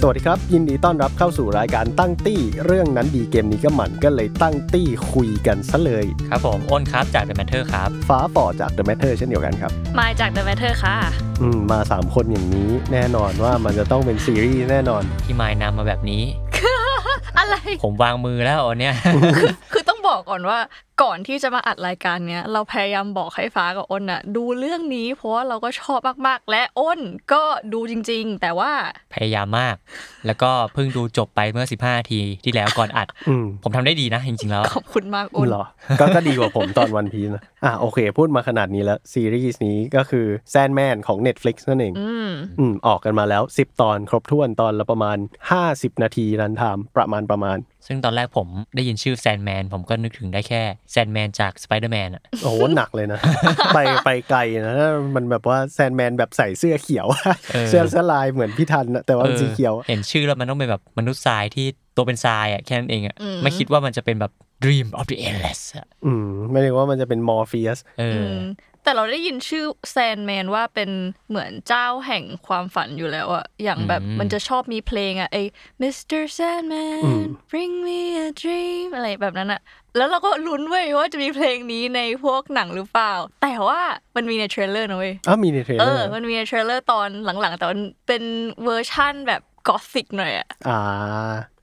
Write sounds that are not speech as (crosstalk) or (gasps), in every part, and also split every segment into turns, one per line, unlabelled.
สวัสดีครับ ยินดีต้อนรับเข้าสู่รายการตั้งตี้ เรื่องนั้นดีเกมนี้ก็มันก็เลยตั้งตี้คุยกันซะเลย
ครับผมอ้นครับจาก The Matter ครับ
ฟ้าฝ่อจาก The Matter เช่นเดียวกันครับ
มาจาก The Matter ค่ะ
อืมมา 3 คนอย่างนี้แน่นอนว่ามันจะต้องเป็นซีรีส์แน่นอน
พี่มายนำมาแบบนี้
(laughs) อะไร (laughs)
ผมวางมือแล้วอันเนี้ย (laughs)
คือต้องบอกก่อนว่าก่อนที่จะมาอัดรายการเนี้ย เราพยายามบอกให้ฟ้ากับอ้นน่ะ ดูเรื่องนี้เพราะว่าเราก็ชอบมากๆ และอ้นก็ดูจริง ๆ แต่ว่า
พยายามมาก แล้วก็เพิ่งดูจบไปเมื่อ 15นาทีที่แล้วก่อนอัด
อืม
ผมทำได้ดีนะ จริงๆ แล้ว
ขอบคุณมากอ้น
เหรอ ก็ก็ดีกว่าผมตอนวันพีนะ (laughs) อ่ะโอเค พูดมาขนาดนี้แล้ว ซีรีส์นี้ก็คือ Sandman ของ Netflix นั่นเอง
อืม
อืมออกกันมาแล้ว 10 ตอนครบถ้วนตอนละประมาณ 50 นาทีรันไทม์ประมาณประมาณ
ซึ่งตอนแรกผมได้ยินชื่อแซนแมนผมก็นึกถึงได้แค่แซนแมนจากสไปเดอร์แมนอะ
โอ้โหหนักเลยนะ ไปไปไกลนะมันแบบว่าแซนแมนแบบใส่เสื้อเขียว เสื้อเสื้อลายเหมือนพี่ทันน่ะแต่ว่ามันสีเขียว
เห็นชื่อแล้วมันต้องเป็นแบบมนุษย์ทรายที่ตัวเป็นทรายอะแค่นั้นเองอะ
อืม
ไม่คิดว่ามันจะเป็นแบบ Dream of the Endless อะ
อืมไม่ได้ว่ามันจะเป็นมอร์ฟีส
เอออ
มแต่เราได้ยินชื่อแซนแมนว่าเป็นเหมือนเจ้าแห่งความฝันอยู่แล้วอะอย่างแบบ
อืม
มันจะชอบมีเพลงอะไอ้ Mr. Sandman bring me a dream อะไรแบบนั้นอะแล้วเราก็ลุ้นเว้ยว่าจะมีเพลงนี้ในพวกหนังหรือเปล่า แต่ว่ามันมีในเทรลเลอร์นะเว้ย
อ้าวมีในเทรล
เอ
เลอ
อ
ร์
มันมีในเทรลเลอร์ตอนหลังๆ แต่มันเป็นเวอร์ชั่นแบบกอสิกหน่อยอะ
อ่า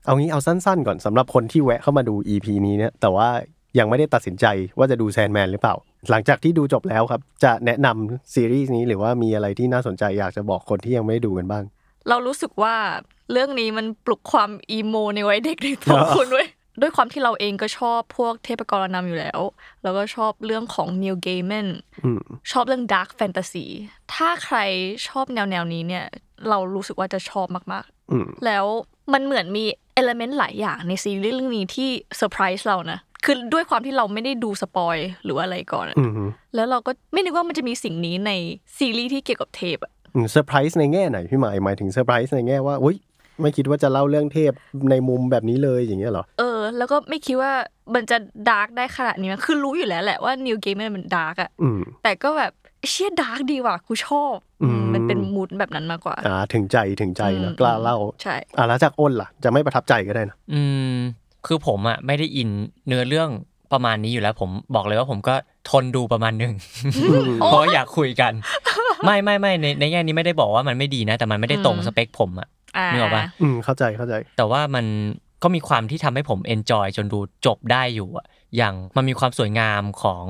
เอางี้เอาสั้นๆก่อนสำหรับคนที่แวะเข้ามาดู EP นี้เนี่ยแต่ว่ายังไม่ได้ตัดสินใจว่าจะดูแซนแมนหรือเปล่า หลังจากที่ดูจบแล้วครับ จะแนะนำซีรีส์นี้หรือว่ามีอะไรที่น่าสนใจอยากจะบอกคนที่ยังไม่ได้ดูกันบ้าง
เรารู้สึกว่าเรื่องนี้มันปลุกความอีโมในวัยเด็กในตัว
อ๋อ
คุณเว้ย (laughs) ด้วยความที่เราเองก็ชอบพวกเทพกรนำอยู่แล้ว แล้วก็ชอบเรื่องของ Neil Gaiman
อืม
ชอบเรื่อง Dark Fantasy ถ้าใครชอบแนวแนวๆนี้เนี่ย เรารู้สึกว่าจะชอบมาก
อืม
ๆ แล้วมันเหมือนมีเอลเมนต์หลายอย่างในซีรีส์เรื่องนี้ที่เซอร์ไพรส์เรานะ คือด้วยความที่เราไม่ได้ดูสปอยหรืออะไรก่อนอะ
อืม
แล้วเราก็ไม่นึกว่ามันจะมีสิ่งนี้ในซีรีส์ที่เกี่ยวกับเทปอะ
อืมเซอร์ไพรส์ในแง่ไหนพี่หมายหมายถึงเซอร์ไพรส์ในแง่ว่าอุ้ยไม่คิดว่าจะเล่าเรื่องเทพในมุมแบบนี้เลยอย่างเงี้ยเหรอ
เออ แล้วก็ไม่คิดว่ามันจะดาร์กได้ขนาดนี้นะคือรู้อยู่แล้วแหละว่านิวเกมมันดาร์กอะ
อืม
แต่ก็แบบเชี่ยดาร์กดีว่ะกูชอบ
อืม
มันเป็นมูดแบบนั้นมากกว่า
อ่าถึงใจถึงใจนะ
อืม
กล้าเล่า
ใช่
อ่าแล้วจากอ้นล่ะ จะไม่ประทับใจก็ได้นะ
อืมคือผมอ่ะไม่ได้อินเนื้อเรื่องประมาณนี้อยู่แล้ว ผมบอกเลยว่าผมก็ทนดูประมาณหนึ่ง เพราะอยากคุย (laughs) กัน ไม่ไม่ไม่ในในแง่นี้ไม่ได้บอกว่ามันไม่ดีนะ แต่มันไม่ได้ตรงสเปคผมอ่ะ
า
นึกออกปะ
อืมเข้าใจเข้าใจ
แต่ว่ามันก็มีความที่ทำให้ผมเอนจอยจนดูจบได้อยู่อะอย่างมันมีความสวยงามของ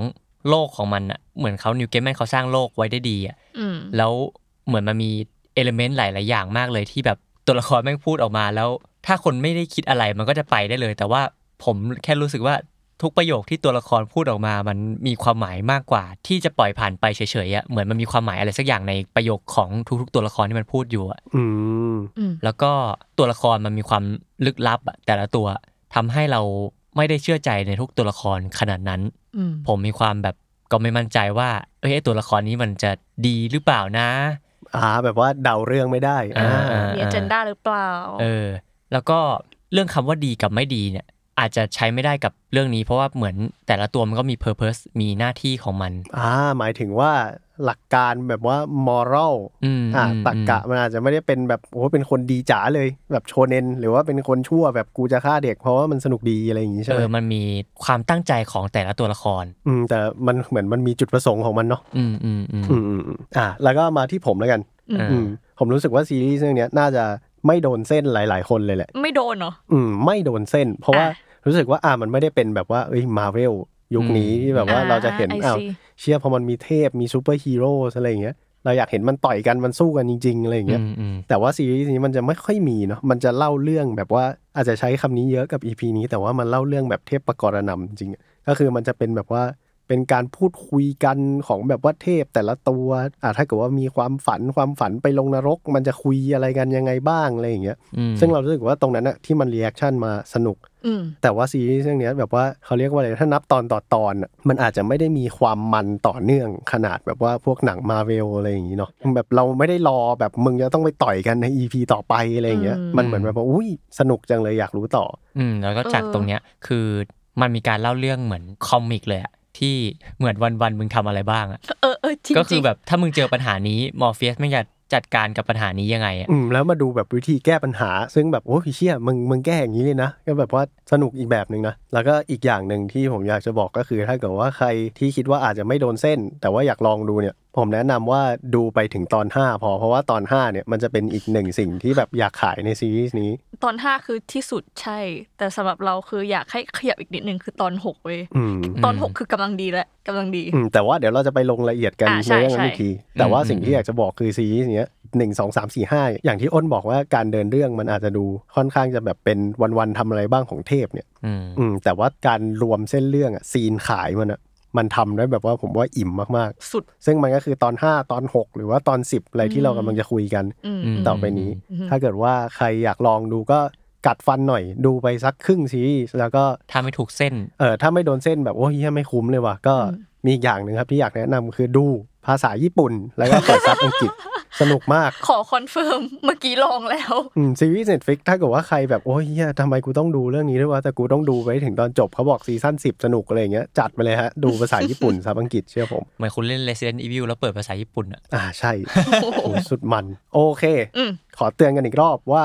โลกของมันอะเหมือนเขานิวเกมแมนเขาสร้างโลกไว้ได้ดีอะ
อืม
แล้วเหมือนมันมีเอลเมนต์หลาย ๆ อย่างมากเลยที่แบบตัวละครแม่งพูดออกมาแล้ว ถ้าคนไม่ได้คิดอะไรมันก็จะไปได้เลย แต่ว่าผมแค่รู้สึกว่าทุกประโยคที่ตัวละครพูดออกมา มันมีความหมายมากกว่า ที่จะปล่อยผ่านไปเฉยๆอะเหมือนมันมีความหมายอะไรสักอย่างในประโยคของทุก ๆ ตัวละครที่มันพูดอยู่อะ
อืม
อืม
แล้วก็ตัวละครมันมีความลึกลับอะแต่ละตัวทำให้เราไม่ได้เชื่อใจในทุกตัวละครขนาดนั้น
อืม
ผมมีความแบบก็ไม่มั่นใจว่าเอ้ยไอ้ตัวละครนี้มันจะดีหรือเปล่านะ
อ่า แบบว่าเดาเรื่องไม่ได้อ่า
อ่า
มีเอเจนดาหรือเปล่า
เออ แล้วก็เรื่องคำว่าดีกับไม่ดีเนี่ย อาจจะใช้ไม่ได้กับเรื่องนี้ เพราะว่าเหมือนแต่ละตัวมันก็มีเพอร์เพสมีหน้าที่ของมัน
อ่า หมายถึงว่าหลักการแบบว่า moral
อืม
อ่า
อืม
ตรกกะมันอาจจะไม่ได้เป็นแบบโอ้โหเป็นคนดีจ๋าเลย แบบโชเนนหรือว่าเป็นคนชั่วแบบกูจะฆ่าเด็กเพราะว่ามันสนุกดีอะไรอย่างงี้ใช่
เอ
ไหม
อมันมีความตั้งใจของแต่ละตัวละคร
อืมแต่มันเหมือนมันมีจุดประสงค์ของมันเนาะ
อืมอืมอืม
อืมอืมอืมอ่า แล้วก็มาที่ผมแล้วกัน
อืม
อืมผมรู้สึกว่าซีรีส์เรื่องเนี้ยน่าจะไม่โดนเส้นหลาย ๆ คนเลยแหละ
ไม่โดนเหรอ
อืมไม่โดนเส้น เพราะว่า
อ่ะ
รู้สึกว่าอ่ามันไม่ได้เป็นแบบว่าเอ้ยมาเวลยุคนี้ที่แบบว่าเราจะเห็น
อ่ I
อ้าว
see
เชื่อพอมันมีเทพมีซูเปอร์ฮีโร่อะไรอย่างเงี้ยเราอยากเห็นมันต่อยกันมันสู้กันจริงๆอะไรอย่างเงี้ย
อืมอืม
แต่ว่าซีรีส์นี้มันจะไม่ค่อยมีเนาะมันจะเล่าเรื่องแบบว่าอาจจะใช้คำนี้เยอะกับ EP นี้ แต่ว่ามันเล่าเรื่องแบบเทพประกรณำจริงๆอะก็คือมันจะเป็นแบบว่า เป็นการพูดคุยกันของแบบว่าเทพแต่ละตัวอ่ะถ้าเกิดว่ามีความฝันความฝันไปลงนรก มันจะคุยอะไรกันยังไงบ้างอะไรอย่างเงี้ย
อืม
ซึ่งเรารู้สึกว่าตรงนั้นอะที่มันรีแอคชั่นมาสนุก
อืม
แต่ว่าซีรีส์เรื่องเนี้ยแบบว่าเขาเรียกว่าอะไรถ้านับตอนต่อตอนอะมันอาจจะไม่ได้มีความมันต่อเนื่องขนาดแบบว่าพวกหนังมาเวลอะไรอย่างนี้เนาะแบบเราไม่ได้รอแบบมึงจะต้องไปต่อยกันใน EP ต่อไปอะไรอย่างเงี้ย
อืม
มันเหมือนแบบว่าอุ้ยสนุกจังเลยอยากรู้ต่อ
อืมแล้วก็จาก
เออ
ตรงเนี้ยคือมันมีการเล่าเรื่องเหมือนคอมิกเลยอะที่เหมือนวันวันๆมึงทำอะไรบ้างอะ
เออเออจริงๆ
ก็คือแบบถ้ามึงเจอปัญหานี้มอร์เฟียสมึงจะจัดการกับปัญหานี้ยังไงอะ
อืมแล้วมาดูแบบวิธีแก้ปัญหา ซึ่งแบบโอ้ยเชี่ยมึงมึงแก้อย่างนี้เลยนะก็แบบว่าสนุกอีกแบบหนึ่งนะแล้วก็อีกอย่างหนึ่งที่ผมอยากจะบอกก็คือถ้าเกิดว่าใครที่คิดว่าอาจจะไม่โดนเส้น แต่ว่าอยากลองดูเนี่ย ผมแนะนำว่าดูไปถึงตอน 5 พอเพราะว่าตอน 5 เนี่ยมันจะเป็นอีกหนึ่งสิ่งที่แบบอยากขายในซีรีส์นี้
ตอนห้าคือที่สุดใช่ แต่สำหรับเราคืออยากให้ขยับอีกนิดนึงคือตอนหกเว้ย
อืม
ตอน
อืม
หกคือกำลังดีแล้วกำลังดี
อืมแต่ว่าเดี๋ยวเราจะไปลงละเอียดกัน
อ่าใช่
ในเรื่องนั้น
ใช่
อีกทีแต่ว่าสิ่งที่อยากจะบอกคือซีรีส์เนี้ยหนึ่งสองสามสี่ห้าอย่างที่อ้นบอกว่าการเดินเรื่องมันอาจจะดูค่อนข้างจะแบบเป็นวันๆทำอะไรบ้างของเทพเนี่ย
อืม
อืมแต่ว่าการรวมเส้นเรื่องอะซีนขายมันอะมันทำได้แบบว่าผมว่าอิ่มมาก
สุด
ๆ ซึ่งมันก็คือตอน 5 ตอน 6 หรือว่าตอน 10 อะไรที่เรากำลังจะคุยกัน
อืม
อืม
ต่อไปนี้
อืม
ถ้าเกิดว่าใครอยากลองดูก็กัดฟันหน่อย ดูไปสักครึ่งซีรีส์แล้วก็
ถ้าไม่ถูกเส้น
เออถ้าไม่โดนเส้นแบบโอ้ยเหี้ยไม่คุ้มเลยว่ะก็
อืม
มีอีกอย่างหนึ่งครับที่อยากแนะนำคือดูภาษาญี่ปุ่น แล้วก็เปิดซับอังกฤษสนุกมาก
ขอคอนเฟิร์ม (laughs) เมื่อกี้ลองแล้ว
อืมซีรีส์เน็ตฟิกถ้าเกิดว่าใครแบบ โอ้ยเหี้ยทำไมกูต้องดูเรื่องนี้ด้วยวะ แต่กูต้องดูไปถึงตอนจบเขาบอกซีซั่นสิบสนุกอะไรอย่างเงี้ย จัดไปเลยฮะ ดูภาษาญี่ปุ่น ซับอังกฤษเชื่อผม
เหมือนคุณเล่น Resident Evil แล้วเปิดภาษาญี่ปุ่นอะ
อ่าใช่โอ้โหสุดมัน โอเค
อืม
ขอเตือนกันอีกรอบว่า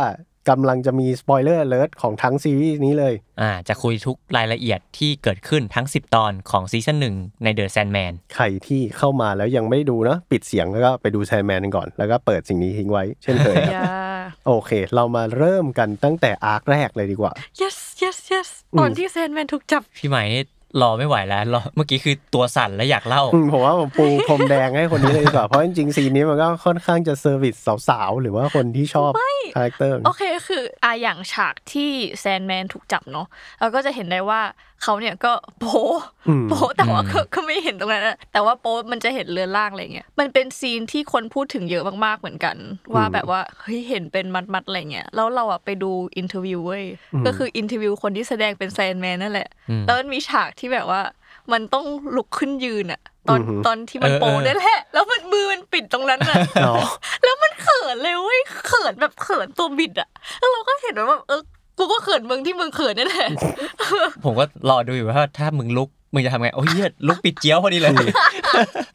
กำลังจะมีสปอยเลอร์เลิศของทั้งซีรีส์นี้เลย
อ่าจะคุยทุกรายละเอียดที่เกิดขึ้นทั้ง 10 ตอนของซีซั่นหนึ่งใน The Sandman
ใครที่เข้ามาแล้วยังไม่ดูนะปิดเสียงแล้วก็ไปดูแซนแมนกันก่อน แล้วก็เปิดสิ่งนี้ทิ้งไว้ เช่นเคยค
(laughs)
รับ
yeah
โอเค เรามาเริ่มกันตั้งแต่อาร์คแรกเลยดีกว่า
yes yes yes
อืม
ตอนที่แซนแมนถูกจับ
พี่ใหม่นี่รอไม่ไหวแล้วรอเมื่อกี้คือตัวสั่นและอยากเล่า
อืมผมว่าผมปูพรมแดงให้คนนี้เลยดีกว่า เพราะจริงๆ ซีนนี้มันก็ค่อนข้างจะเซอร์วิสสาวๆ หรือว่าคนที่ชอบคาแรคเตอร์
โอเคคืออ่ะอย่างฉากที่แซนแมนถูกจับเนาะเราก็จะเห็นได้ว่าเขาเนี่ยก็โป๊ะ
อืม
โป๊ะแต่ว่า
อืม
ก็ก็ไม่เห็นตรงนั้นอะแต่ว่าโป๊ะมันจะเห็นเรือนร่างอะไรเงี้ยมันเป็นซีนที่คนพูดถึงเยอะมากๆเหมือนกัน ว่าแบบว่าเฮ้ยเห็นเป็นมัดๆอะไรเงี้ยแล้วเราอะไปดูอินเทอร์วิวเว้ยก็คืออินเทอร์วิวคนที่แสดงเป็นแซนแมนนั่นแหละ
อืม
แล้วมันมีฉากที่แบบว่า มันต้องลุกขึ้นยืนอะตอน
อือหือ
ตอนที่มันโป๊ะ
เออเออ
นั่นแหละแล้วมันมือมันปิดตรงนั้นอะ
เนาะ
แล้วมันเขินเลยเว้ยเขินแบบเขินตัวบิดอะแล้วเราก็เห็นว่าแบบเออกูก็เขินมึงที่มึงเขินนั่นแหละ
ผมก็รอดูอยู่ว่าถ้ามึงลุก มึงจะทำไง โอ้ยเหี้ยลุกปิดเจียวพอดีเลย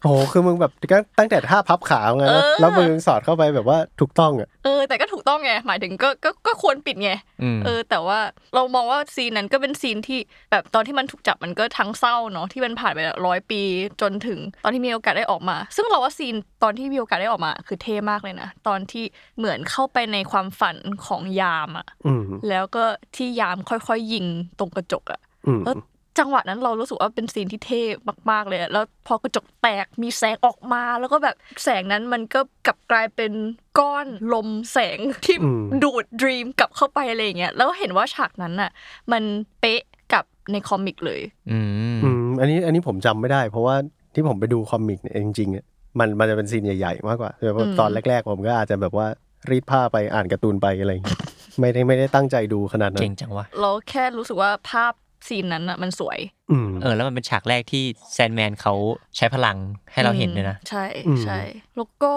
โอ้โหคือมึงแบบตั้งแต่ท่าพับขาไงนะแล้วมึงสอดเข้าไปแบบว่าถูกต้องอ่ะ
เออแต่ก็ถูกต้องไงหมายถึงก็ก็ก็ควรปิดไง
อืม
เออ แต่ว่าเรามองว่าซีนนั้นก็เป็นซีนที่แบบตอนที่มันถูกจับมันก็ทั้งเศร้าเนาะที่มันผ่านไปร้อยปีจนถึงตอนที่มีโอกาสได้ออกมา ซึ่งเราว่าซีนตอนที่มีโอกาสได้ออกมา คือเท่มากเลยนะตอนที่เหมือนเข้าไปในความฝันของยามอะ
อืม
แล้วก็ที่ยามค่อยๆยิงตรงกระจกอะ
อืม
แล้วจังหวะนั้นเรารู้สึกว่าเป็นซีนที่เท่มาก ๆ เลยอะแล้วพอกระจกแตกมีแสงออกมา แล้วก็แบบแสงนั้นมันก็กลับกลายเป็นก้อนลมแสงที่ดูดดรีมกลับเข้าไปอะไรอย่างเงี้ย แล้วเห็นว่าฉากนั้นน่ะ มันเป๊ะกับในคอมิกเลย
อืม
อืมอันนี้อันนี้ผมจำไม่ได้ เพราะว่าที่ผมไปดูคอมิกเนี่ยจริงๆอะมันมันจะเป็นซีนใหญ่ๆมากกว่าแบบว่า
อืม
ตอนแรกๆ ผมก็อาจจะแบบว่ารีดผ้าไปอ่านการ์ตูนไปอะไรอย่างเงี้ยไม่ได้ไม่ได้ตั้งใจดูขนาดนั้
เก่
น
งจังวะ
เราแค่รู้สึกว่าภาพซีนนั้นน่ะมันสวย
อืม
เออ แล้วมันเป็นฉากแรกที่แซนแมนเขาใช้พลังให้เราเห็นเลยนะ
อืมใช่
อืม
ใช่แล้วก็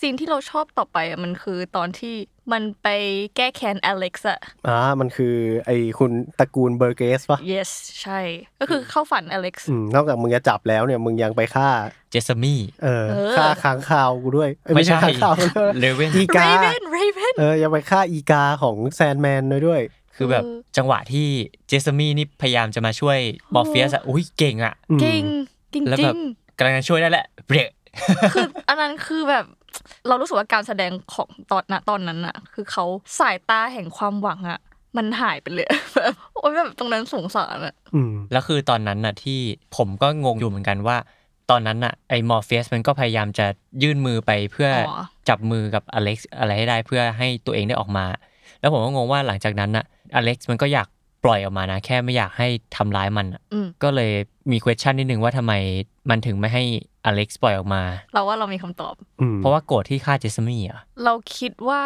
ซีนที่เราชอบต่อไปอะมันคือตอนที่มันไปแก้แค้นอเล็กซ์อะ
อ่ามันคือไอคุณตระกูลเบอร์เกสปะ
yes ใช่ ก็คือเข้าฝันอเล็กซ์
อืมนอกจากมึงจะจับแล้วเนี่ยมึงยังไปฆ่า
เจสมี่
เออ
เออ
ฆ่าค้างคาวกูด้วยเอ้ย
ไม่
ค้าง
ใช่
คาว
เลเว่น
อี
เร
กา
เวนเรเวน
เออยังไปฆ่าอีกาของแซนแมนด้วยด้วย
คือแบบจังหวะที่เจสมี่นี่พยายามจะมาช่วยมอร์เฟียสอะอุ้ยเก่งอะ
อืม
เก่งจริง
แล้ว
จริ
แบบ
ง
กำลังจะช่วยได้แหละเบรก
ๆคือ (laughs) อันนั้นคือแบบเรารู้สึกว่าการแสดงของตอนนะตอนนั้นอะคือเขาสายตาแห่งความหวังอะมันหายไปเลย (laughs) แบบโอ๊ยแบบตรงนั้นสงสารอะ
อืม
แล้วคือตอนนั้นน่ะที่ผมก็งงอยู่เหมือนกันว่า ตอนนั้นน่ะไอ้มอร์เฟียสมันก็พยายามจะยื่นมือไปเพื่ออ
อ
จับมือกับอเล็กซ์อะไรให้ได้เพื่อให้ตัวเองได้ออกมา แล้วผมก็งงว่าหลังจากนั้นน่ะอเล็กซ์มันก็อยาก ปล่อยออกมานะ แค่ไม่อยากให้ทำร้ายมันอะ
อืม
ก็เลยมี question นิดนึงว่าทำไมมันถึงไม่ให้อเล็กซ์ปล่อยออกมา
เราว่าเรามีคำตอบ
อืม
เพราะว่าโกรธที่ฆ่าเจสมี่อ่ะ
เราคิดว่า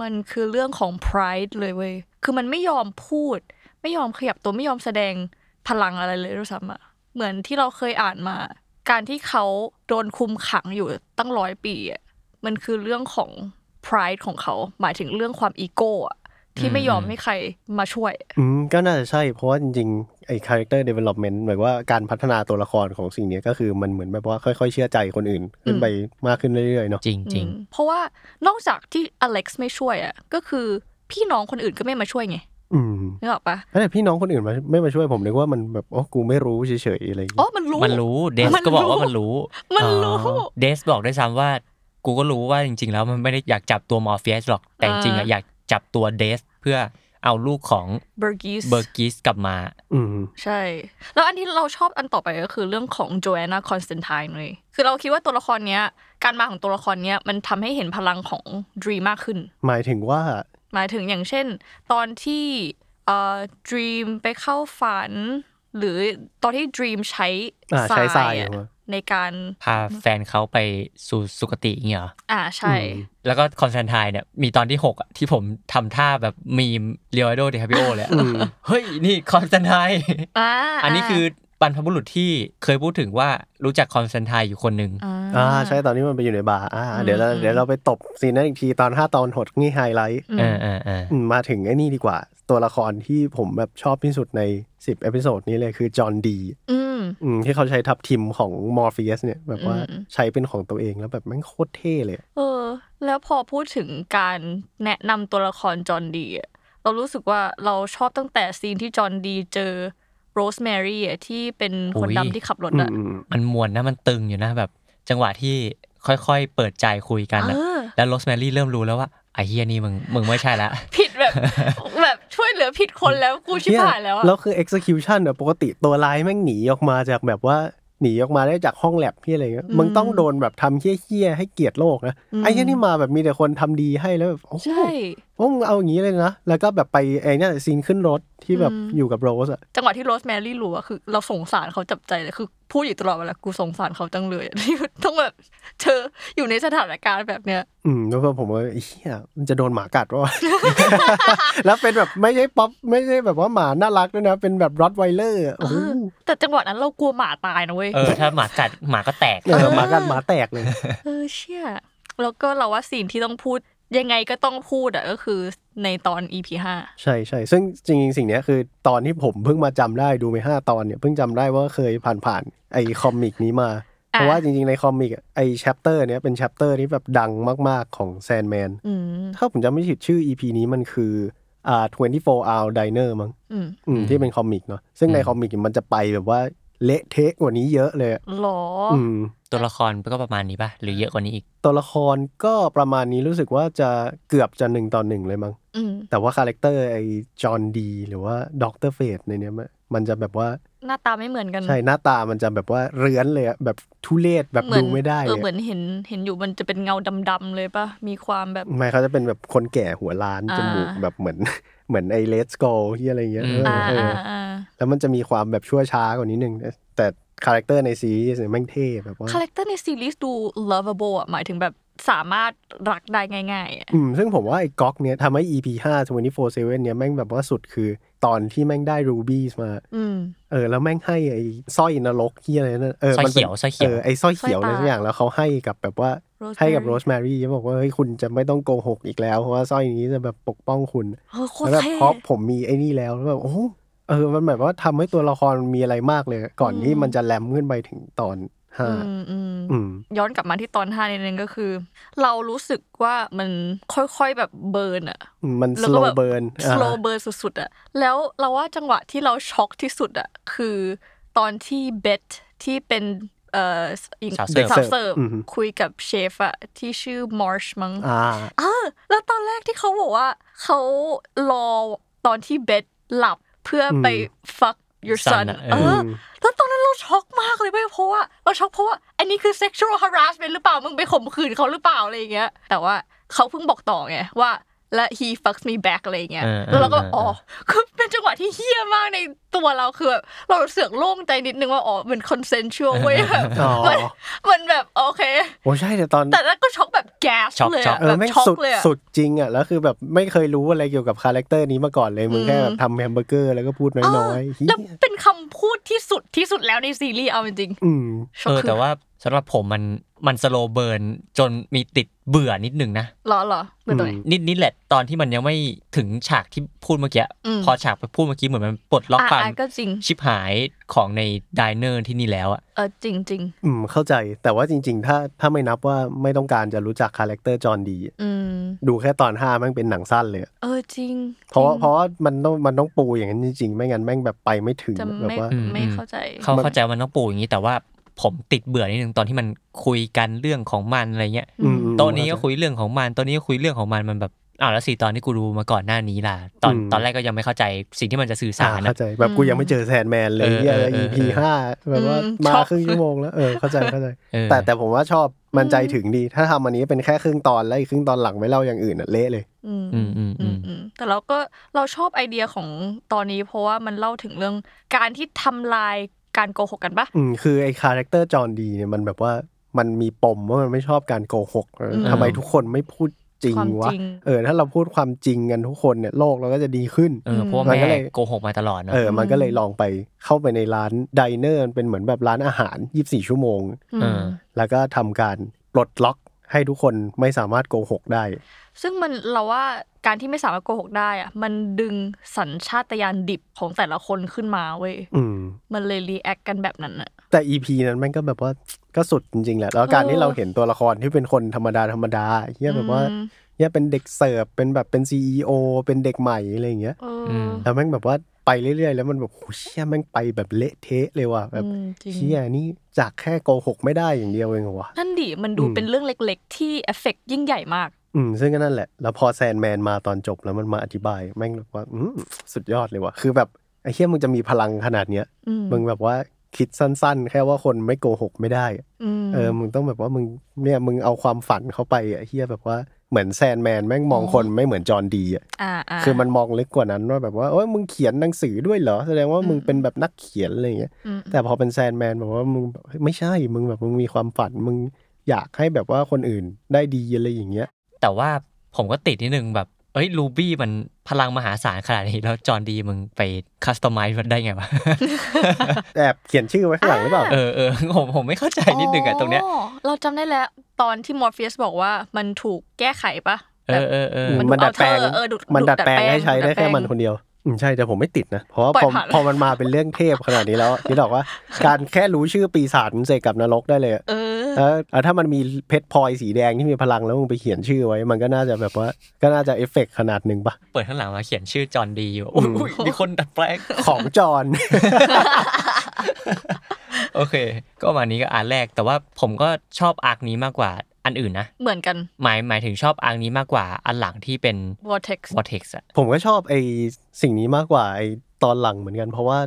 มันคือเรื่องของ pride เลยเว้ย คือมันไม่ยอมพูด ไม่ยอมขยับตัวไม่ยอมแสดงพลังอะไรเลยด้วยซ้ำอะเหมือนที่เราเคยอ่านมา การที่เขาโดนคุมขังอยู่ตั้งร้อยปีอะมันคือเรื่องของ pride ของเขา หมายถึงเรื่องความอีโก้อะที่ไม่ยอมให้ใครมาช่วย
อืมก็น่าจะใช่ เพราะว่าจริงๆไอ้ character development หมายว่าการพัฒนาตัวละครของสิ่งเนี้ยก็คือมันเหมือนแบบว่าค่อยๆ เชื่อใจคนอื่น ขึ้นไปมากขึ้นเรื่อยๆเนาะ
จริงจริง
อืมเพราะว่านอกจากที่อเล็กซ์ไม่ช่วยอะก็คือพี่น้องคนอื่นก็ไม่มาช่วยไง
อืม
นึกออกปะ
แต่พี่น้องคนอื่นมาไม่มาช่วยผมนึกว่ามันแบบอ๋อกูไม่รู้เฉยๆอะไรอย่าง
อ๋
เงี้
อย มันรู้
มันรู้เดส
มัน
ก็บอกว่า
รู้
มันรู้
มันรู้
อ๋อเดสบอกด้วยซ้ำว่า กูก็รู้ว่าจริง ๆ แล้วมันไม่ได้อยากจับตัวมอร์เฟียสหรอกแต่จริงๆอ่ะ
อ่า
อยากจับตัวเดสเพื่อเอาลูกของ
เบอร์กิส
เบอร์กิสกลับมา
อืม
ใช่ แล้วอันที่เราชอบอันต่อไปก็คือเรื่องของโจแอนนาคอนสแตนไทน์เลยคือเราคิดว่าตัวละครเนี้ย การมาของตัวละครเนี้ยมันทำให้เห็นพลังของดรีมากขึ้น
หมายถึงว่า
หมายถึงอย่างเช่น ตอนที่เอ่อดรีมไปเข้าฝัน หรือตอนที่ดรีมใช้
อ่าใช้ทราย
อะ
เหรอ
ในการ
พาแฟนเขาไปสู่สุคติอย่างเงี้ยเหรอ
อ่าใช่
แล้วก็คอนสแตนไทน์เนี่ยมีตอนที่ 6 อ่ะ ที่ผมทำท่าแบบมีมเรียลโดเดฮ p ปิโอเลยอะเฮ้ย นี่คอนสแตนไทน์
อ่า
อันนี้คืออบรรพบุรุษที่เคยพูดถึงว่ารู้จักคอนสแตนไทน์อยู่คนหนึ่ง
อ่า
อ่าใช่ตอนนี้มันไปอยู่ในบาร์อ่าเดี๋ยวเรา
อืม
เดี๋ยวเราไปตบซีนนั้นอีกทีตอนห้าตอนหดนี่ไฮไลท์
เออเออเออ
อืมมาถึงไอ้นี่ดีกว่า ตัวละครที่ผมแบบชอบที่สุดใน 10 เอพิโซดนี้เลยคือจอห์นดี
อืม
อืมที่เขาใช้ทับทิมของมอร์ฟีสเนี่ย แบบว่า
อืม
ใช้เป็นของตัวเองแล้วแบบแม่งโคตรเท่เลยอะ
เออแล้วพอพูดถึงการแนะนำตัวละครจอห์นดีอะเรารู้สึกว่าเราชอบตั้งแต่ซีนที่จอห์นดีเจอโรสแมรี่อะที่เป็นคนดำที่ขับรถ
อื
อะ
มอืม
มันมวนนะ มันตึงอยู่นะแบบ จังหวะที่ค่อยๆ เปิดใจคุยกัน
เอ
อะ
อ
แล้วโรสแมรี่เริ่มรู้แล้วว่าไอ้เฮียนี่มึงมึงไม่ใช่ละ
(laughs) ผิดแบบ แบบช่วยเหลือผิดคนแล้วกูชิบ
เนี่ย
หายแล้วอะ
แล้วคือ execution เนี่ยปกติตัวร้ายแม่งหนีออกมาจากแบบว่าหนีออกมาได้จากห้องแลบพี่อะไรเงี้ยมึงต้องโดนแบบทำเฮี้ยๆให้เกลียดโลกนะไอ้เหี้ยนี่มาแบบมีแต่คนทำดีให้แล้วแบบโอ้โห
ใช่
โอ้มึงเอาอย่างนี้เลยนะ แล้วก็แบบไปไอ้เนี่ยซีนขึ้นรถที่แบบ
อืม
อยู่กับโรสอะ
จังหวะที่โรสแมรี่รู้อะคือเราสงสารเขาจับใจเลยคือพูดอยู่ตลอดเวลากูสงสารเขาจังเลยอะ (laughs) ที่ต้องแบบเธออยู่ในสถานการณ์แบบเนี้ย
อืมแล้วก็ผมว่าไอ้เฮียมันจะโดนหมากัดว (laughs) ะ แล้วเป็นแบบไม่ใช่ป๊อปไม่ใช่แบบว่าหมาน่ารักด้วยนะ เป็นแบบรอตไวเลอร์โอ้โห
แต่จังหวะนั้นเรากลัวหมาตายนะเว้ย
เออ ถ้าหมากัดหมาก็แตก
เออหมากัดหมาแตกเลย
เออเชี่ยแล้วก็เราว่าสิ่งที่ต้องพูดยังไงก็ต้องพูดอ่ะก็คือในตอน EP ห้า
ใช่ใช่ซึ่งจริงๆสิ่งเนี้ยคือตอนที่ผมเพิ่งมาจำได้ดูไปห้าตอนเนี่ยเพิ่งจำได้ว่าเคยผ่านๆไอ้คอมิกนี้มา เพราะว่าจริงๆในคอมิกอะไอ้แชปเตอร์เนี้ยเป็นแชปเตอร์ที่แบบดังมากๆของแซนแมน
อืม
ถ้าผมจำไม่ผิดชื่อ EP นี้มันคืออ่า24 hour diner มั้ง
อืม
อืม
อืม
ที่เป็นคอมิกเนาะซึ่งในคอมิกมันจะไปแบบว่าเละเทะกว่านี้เยอะเลยอะ
หรอ
อืม
ตัวละครก็ประมาณนี้ป่ะหรือเยอะกว่านี้อีก
ตัวละครก็ประมาณนี้รู้สึกว่าจะเกือบจะหนึ่งต่อหนึ่งเลยมั้ง
อืม
แต่ว่าคาแรคเตอร์ไอ้จอห์นดีหรือว่าด็อกเตอร์เฟดในเนี้ยมันมันจะแบบว่า
หน้าตาไม่เหมือนกัน
ใช่หน้าตามันจะแบบว่าเรื้อนเลยอะแบบทุเรศแบบ
เหมือน
ดูไม่ได้
เอ
เล
อเหมื
ย
อนเห็นเห็นอยู่มันจะเป็นเงาดำๆเลยปะมีความแบบ
ไม่เขาจะเป็นแบบคนแก่หัวล้าน
อ่า
จมูกแบบเหมือน (laughs) เหมือนไอ้เลสโกที่อะไรเงี้ย
อืม
เออเออ
อ่าอ่า
อ
อ่า
แล้วมันจะมีความแบบชั่วช้ากว่านี้นึงนะแต่คาแรคเตอร์ในซีรีส์เนี่ยแม่งเท่แบบว่า
คาแรคเตอร์ในซีรีส์ดู lovable อ่ะหมายถึงแบบสามารถรักได้ง่ายๆอะ
อืมซึ่งผมว่าไอ้ก๊อกเนี่ยทำให้ EP 5 24 7เนี่ยแม่งแบบว่าสุดคือตอนที่แม่งได้รูบี้มา
อืม
เออ แล้วแม่งให้ไอ้สร้อยนรกที่อะไรนั่นเออ
สร้อย
มันป็น
เขียวสร้อยเขียว
อไอ้สร้อยเขียว
สร้
อะไร
อยปลา
สักอย่างแล้วเขาให้กับแบบว่า
Rosemary
ให้กับโรสแมรี่บอกว่าเฮ้ยคุณจะไม่ต้องโกหกอีกแล้ว เพราะว่าสร้อยนี้จะแบบปกป้องคุณ
เออโคต
แล้
ร
วแบบ
เท่
เพราะผมมีไอ้นี่แล้วแล้วแบบโอ้โหเออมันแบบว่าทำให้ตัวละครมันมีอะไรมากเลย ก่อนที่มันจะแลมขึ้นไปถึงตอนห้า
อืมอืม
อืม
ย้อนกลับมาที่ตอนห้านิดนึงก็คือ เรารู้สึกว่ามันค่อยๆแบบเบิร์นอะ
มัน
แล้วก็
slow
แบบ
burn
ส
อ่า
โลเบิร์นสุดๆอะแล้วเราว่าจังหวะที่เราช็อกที่สุดอะคือตอนที่เบทที่เป็นเอ่ออีก
สาวเสิ
เด็
ร์ฟ
กสาวเสิร์ฟ
อือฮึ
คุยกับเชฟอะที่ชื่อมอร์ชมั้ง
อ่า
เออแล้วตอนแรกที่เขาบอกว่าเขารอตอนที่เบทหลับเพื่อไป fuck your
son
son
อะเออ
เออ แล้วตอนนั้นเราช็อกมากเลยเว้ยเพราะว่าเราช็อกเพราะว่าอันนี้คือ sexual harassment หรือเปล่ามึงไปข่มขืนเขาหรือเปล่าอะไรอย่างเงี้ยแต่ว่าเขาเพิ่งบอกต่อไงว่า และ he fucks me back อะไรอย่างเงี้ย
เออเออ
แล้วเราก็
เอออ๋
อ๋อคือเป็นจังหวะที่เฮี้ยมากในตัวเราคือแบบเราเสือกโล่งใจนิดนึงว่าอ๋อเหมือน consensual เว้ยแบบ
อ๋อ
มัน (laughs) มันแบบโอเค
โอ้ใช่แต่ตอน
แต่แล้วก็ช็อกแบบแก๊ส
ช็อก
เลย
ช็อก
อะ
เอ
แบ
อบ ไม่ง
ช็อก
สุด
เลยอะ
สุดจริงอ่ะแล้วคือแบบไม่เคยรู้อะไรเกี่ยวกับคาแรคเตอร์นี้มาก่อนเลยมึงแค่แบบทำแฮมเบอร์เกอร์แล้วก็พูดน้อยๆเหี้ย
แล้วเป็นคำพูดที่สุดที่สุดแล้วในซีรีส์เอาจริง
อืม
ๆช็
เอ
อก
อ
คือ
แต่ว่าสำหรับผมมันมันสโลเบิร์นจนมีติดเบื่อนิดนึงนะ
เหรอเหรอเหมือนตัวไหน
อืม
นิดนิดแหละตอนที่มันยังไม่ถึงฉากที่พูดเมื่อกี้
อืม
พอฉากไปพูดเมื่อกี้เหมือนมันปลดล็อกความ
อ่ะก็จริง
ชิบหายของในดิเนอร์ที่นี่แล้วอะ
เออจริงจริง
อืมเข้าใจแต่ว่าจริง ๆ ถ้าถ้าไม่นับว่าไม่ต้องการจะรู้จักคาแรคเตอร์จอห์นดี
อืม
ดูแค่ตอนห้าแม่งเป็นหนังสั้นเลยอะ
เออจริง
เพราะว่า
จง
เพราะว่ามันต้องมันต้องปูอย่างนั้นจริงๆ ไม่งั้นแม่งแบบไปไม่ถึง
จะ
แบบ
ไม่
ว่า
ไม่เข้าใจ
เขา
มัน
เข้าใจว่ามันต้องปูอย่างนี้แต่ว่าผมติดเบื่อนิดนึงตอนที่มันคุยกันเรื่องของมันอะไรเงี้ย
อืม
ตอนนี้ก็คุยเรื่องของมันตอนนี้ก็คุยเรื่องของมันมันแบบอ้าวแล้วสี่ตอนที่กูดูมาก่อนหน้านี้ล่ะตอน
อืม
ตอนแรกก็ยังไม่เข้าใจสิ่งที่มันจะสื่อสาร
อ่
นะ
เข้าใจแบบกูยังไม่เจอแซนแมนเลย
เออ
เหี้ย
เออ
แล้ว
เออ
EP
เออ
ห้าแบบว่า
อืม
มา
ชอบ
ครึ่งชั่วโมงแล้วเออเข้าใจเข้าใจ
เออ
แต่แต่ผมว่าชอบมันใจ
อืม
ถึงดี ถ้าทำอันนี้เป็นแค่ครึ่งตอนแล้วอีกครึ่งตอนหลังไม่เล่าอย่างอื่นอะเละเลย
อืม
อืมอืมอืม
อืมแต่เราก็เราชอบไอเดียของตอนนี้ เพราะว่ามันเล่าถึงเรื่องการที่ทำลายการโกหกกันปะ
อืมคือไอ้คาแรคเตอร์จอห์นดีเนี่ยมันแบบว่ามันมีปมว่ามันไม่ชอบการโกหกเออ
อืม
ทำไมทุกคนไม่พูดจริง
ความ
วะ
จริง
เออถ้าเราพูดความจริงกันทุกคนเนี่ยโลกเราก็จะดีขึ้น
เออเพราะว่า
มันก็
แม่
เลย
โกหกมาตลอดเนอะ
เออมันก็เลยลองไปเข้าไปในร้านดิเนอร์เป็นเหมือนแบบร้านอาหาร 24 ชั่วโมง
อื
เอ
ม
อ
แล้วก็ทำการปลดล็อกให้ทุกคนไม่สามารถโกหกได้
ซึ่งมันเราว่าการที่ไม่สามารถโกหกได้อะมันดึงสัญชาตญาณดิบของแต่ละคนขึ้นมาเว้ย
อืม
มันเลยรีแอคกันแบบนั้นอะ
แต่ EP นั้นแม่งก็แบบว่าก็สุดจริงๆแหละแล้วการที่เราเห็นตัวละครที่เป็นคนธรรมดาธรรมดาเฮียแบบว่า
อืม
เฮียเป็นเด็กเสิร์ฟเป็นแบบเป็น CEO เป็นเด็กใหม่อะไรอย่างเงี้ย
เออ
ม
แล้วแม่งแบบว่าไปเรื่อยๆ แล้วมันแบบโหเชี่ยแม่งไปแบบเละเทะเลยว่ะแบบ
อืมจริง
เชี่ยนี่จากแค่โกหกไม่ได้อย่างเดียวเองเหรอวะ
นั่นดิ มันดู
อืม
เป็นเรื่องเล็ก ๆ ที่เอฟเฟกยิ่งใหญ่มาก
อืมซึ่งก็นั่นแหละ แล้วพอแซนแมนมาตอนจบแล้วมันมาอธิบาย แม่งแบบว่าอืมสุดยอดเลยว่ะคือแบบไอ้เชี่ยมึงจะมีพลังขนาดเนี้ย
อืม
มึงแบบว่าคิดสั้นๆ แค่ว่าคนไม่โกหกไม่ได้
อืม
เออ มึงต้องแบบว่ามึงเนี่ยมึงเอาความฝันเข้าไปอะเฮียแบบว่าเหมือนแซนแมนแม่งมอง
อ๋อ
คนไม่เหมือนจอห์นดีอะ
อ่าา
คือมันมองลึกกว่านั้นว่าแบบว่าเอ้ยมึงเขียนหนังสือด้วยเหรอแสดงว่ามึงเป็นแบบนักเขียนอะไรอย่างเงี้ย
อืม
แต่พอเป็นแซนแมนบอกว่ามึงแบบเฮ้ยไม่ใช่มึงแบบมึงมีความฝันมึงอยากให้แบบว่าคนอื่นได้ดีอะไรอย่างเงี้ย
แต่ว่าผมก็ติดนิดนึงแบบเอ้ยลูบี้มันพลังมหาศาลขนาดนี้แล้วจอห์นดีมึงไปคัสตอมไมซ์มันได้ไงวะ
แอบเขียนชื่อไว้ข้างหลังหรือเปล่า
เออเอ (laughs) อผมผมไม่เข้าใจนิดนึงอะตรงเนี้ย
เราจำได้แล้ว ตอนที่มอร์เฟียสบอกว่ามันถูกแก้ไขปะ
เอ
แบบ
อเออเออ
มัน
มันดัดแปลง
เอาเธอเออดูด
มันดัดแปลง
ดูดแปลง
ให้ใช้ได้แค่มันคนเดียวอืมใช่แต่ผมไม่ติดนะ เพราะว่าพอ
ปล่อยผ่าน
พอมันมาเป็นเรื่องเทพขนาดนี้แล้วอะนี่บอกว่า การแค่รู้ชื่อปีศาจมันเสกกับนรกได้
(laughs)
เลยอะ
เออ
เออเอาถ้ามันมีเพชรพลอยสีแดงที่มีพลังแล้วมึงไปเขียนชื่อไว้ มันก็น่าจะแบบว่าก็น่าจะเอฟเฟกต์ขนาดห
(laughs)
นึ่งปะ
เปิดข้างหลังมาเขียนชื่อจอห์นดีอยู่อุ้ยอุ้ยมีคนดัดแปลง
ของจอน
โอเค ก็ประมาณนี้ก็อาร์ตแรก แต่ว่าผมก็ชอบอาร์คนี้มากกว่าอันอื่นนะ
เหมือนกัน
หมายหมายถึงชอบอาร์คนี้มากกว่าอันหลังที่เป็น
วอร์เท็กซ์
วอเท็กซ์อะ
(laughs) ผมก็ชอบไอ้สิ่งนี้มากกว่าไอ้ตอนหลังเหมือนกันเพราะว่า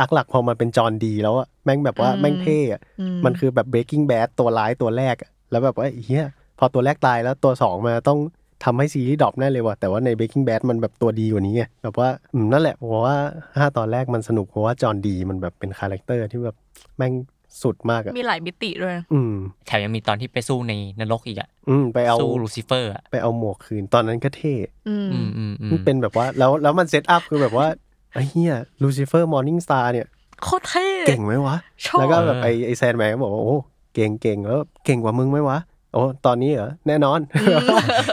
อักหลักพอมันเป็นจอนดีแล้วอะแม่งแบบว่าแม่งเท่อะมันคือแบบ breaking bad ตัวร้ายตัวแรกอะแล้วแบบว่าไอ้เฮียพอตัวแรกตายแล้วตัวสองมาต้องทำให้ซีรีส์ดรอปแน่เลยว่ะแต่ว่าใน breaking bad มันแบบตัวดีกว่านี้ไงแบบว่าอืมนั่นแหละผมว่าห้าตอนแรกมันสนุกเพราะว่าจอนดีมันแบบเป็นคาแรคเตอร์ที่แบบแม่งสุดมากอะ
มีหลายมิติด้วย
อืม
แถมยังมีตอนที่ไปสู้ในนรกอีกอะ
อืมไปเอา
สู้ลูซิเฟอร์อะ
ไปเอาหมวกคืนตอนนั้นก็เท่
อืม
อืมอืมอืม
มันเป็นแบบว่าแล้วแล้วมันเซตอัพคือแบบว่า ไอ้เฮียลูซิเฟอร์มอร์นิ่งสตาร์เนี่ย
โคตรเท่
เก่งไหมวะ
ชอบ
แล้วก็แบบไอ้ไอ้แซนแมนก็บอกว่า โอ้เก่งเก่งแล้วเก่งกว่ามึงไหมวะ โอ้ตอนนี้เหรอ แน่นอน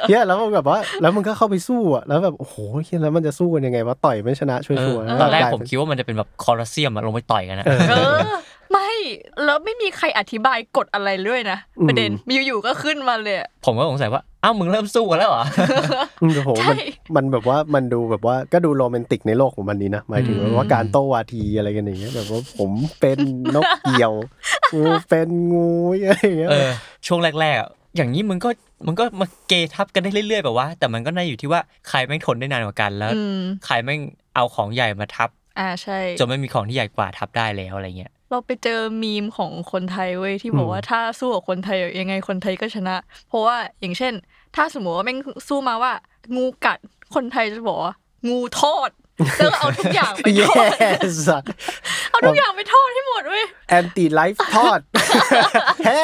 เฮียแล้วมันแบบว่า แล้วมันก็เข้าไปสู้อ่ะแล้วแบบ โอ้โหเฮียแล้วมันจะสู้กันยังไงวะต่อยไม่ชนะช่วย
เอ
ชั
อ
วร์
ตอนแรก
าย
ผม
เป็น
คิดว่ามันจะเป็นแบบคอลอสเซียมอะลงไปต่อยกันอะ
เออ ไม่ แล้วไม่มีใครอธิบายกฎอะไรด้วยนะ
อืม
ประเด็นมีอยู่ๆก็ขึ้นมาเลยอะ
ผมก็สงสัยว่า อ้าว มึงเริ่มสู้กันแล้วเหรอ
อืมโอ้โหมัน
ใช่
มันแบบว่ามันดูแบบว่าก็ดูโรแมนติกในโลกของมันดีนะหมายถึง
อืม
ว่าการโต้วาทีอะไรกันอย่างเงี้ยแบบว่าผมเป็นนกเกี่ยวงูเป็นงูอะไรอย่างเงี้ย
เออ ช่วงแรกๆอะอย่างนี้มึงก็มึงก็มาเกทับกันได้เรื่อยๆแบบว่า แต่มันก็น่าอยู่ที่ว่าใครแม่งทนได้นานกว่ากันแล้ว
อืม
ใครแม่งเอาของใหญ่มาทับ
อ่าใช่
จนไม่มีของที่ใหญ่กว่าทับได้แล้วอะไรเงี้ย
เราไปเจอมีมของคนไทยเว้ยที่บอ
อื
ก
ม
ว่าถ้าสู้กับคนไทยยังไงคนไทยก็ชนะ เพราะว่าอย่างเช่น ถ้าสมมติว่าแม่งสู้มาว่า งูกัดคนไทยจะบอกว่างูทอดแล้วก็เอาทุกอย่างไปทอด
(laughs) yes
เอาทุกอย่างไปทอดให้หมดเว้ย
anti life ทอด
(laughs)
แฮ่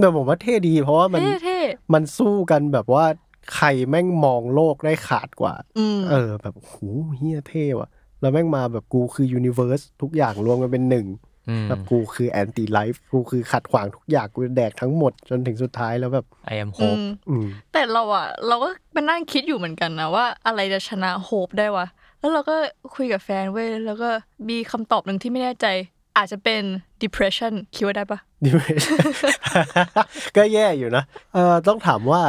แต่ผมว่าเท่ดีเพราะว่ามัน
เท่เท่
มันสู้กันแบบว่าใครแม่งมองโลกได้ขาดกว่า
อืม
เออแบบโหเฮียเท่ว่ะ แล้วแม่งมาแบบกูคือยูนิเวอร์สทุกอย่างรวมกันเป็นหนึ่ง
อืม
แบบกูคือแอนตี้ไลฟ์กูคือขัดขวางทุกอย่างกูแดกทั้งหมดจนถึงสุดท้ายแล้วแบบ
I am
อื
hope
ม
อืม (laughs)
แต่เราอะเราก็มานั่งคิดอยู่เหมือนกันนะว่าอะไรจะชนะโฮปได้วะ แล้วเราก็คุยกับแฟนเว้ยแล้วก็มีคำตอบหนึ่งที่ไม่แน่ใจ อาจจะเป็น depression คิดว่าได้ปะ
depression ก็แย่อยู่นะเออต้องถามว่า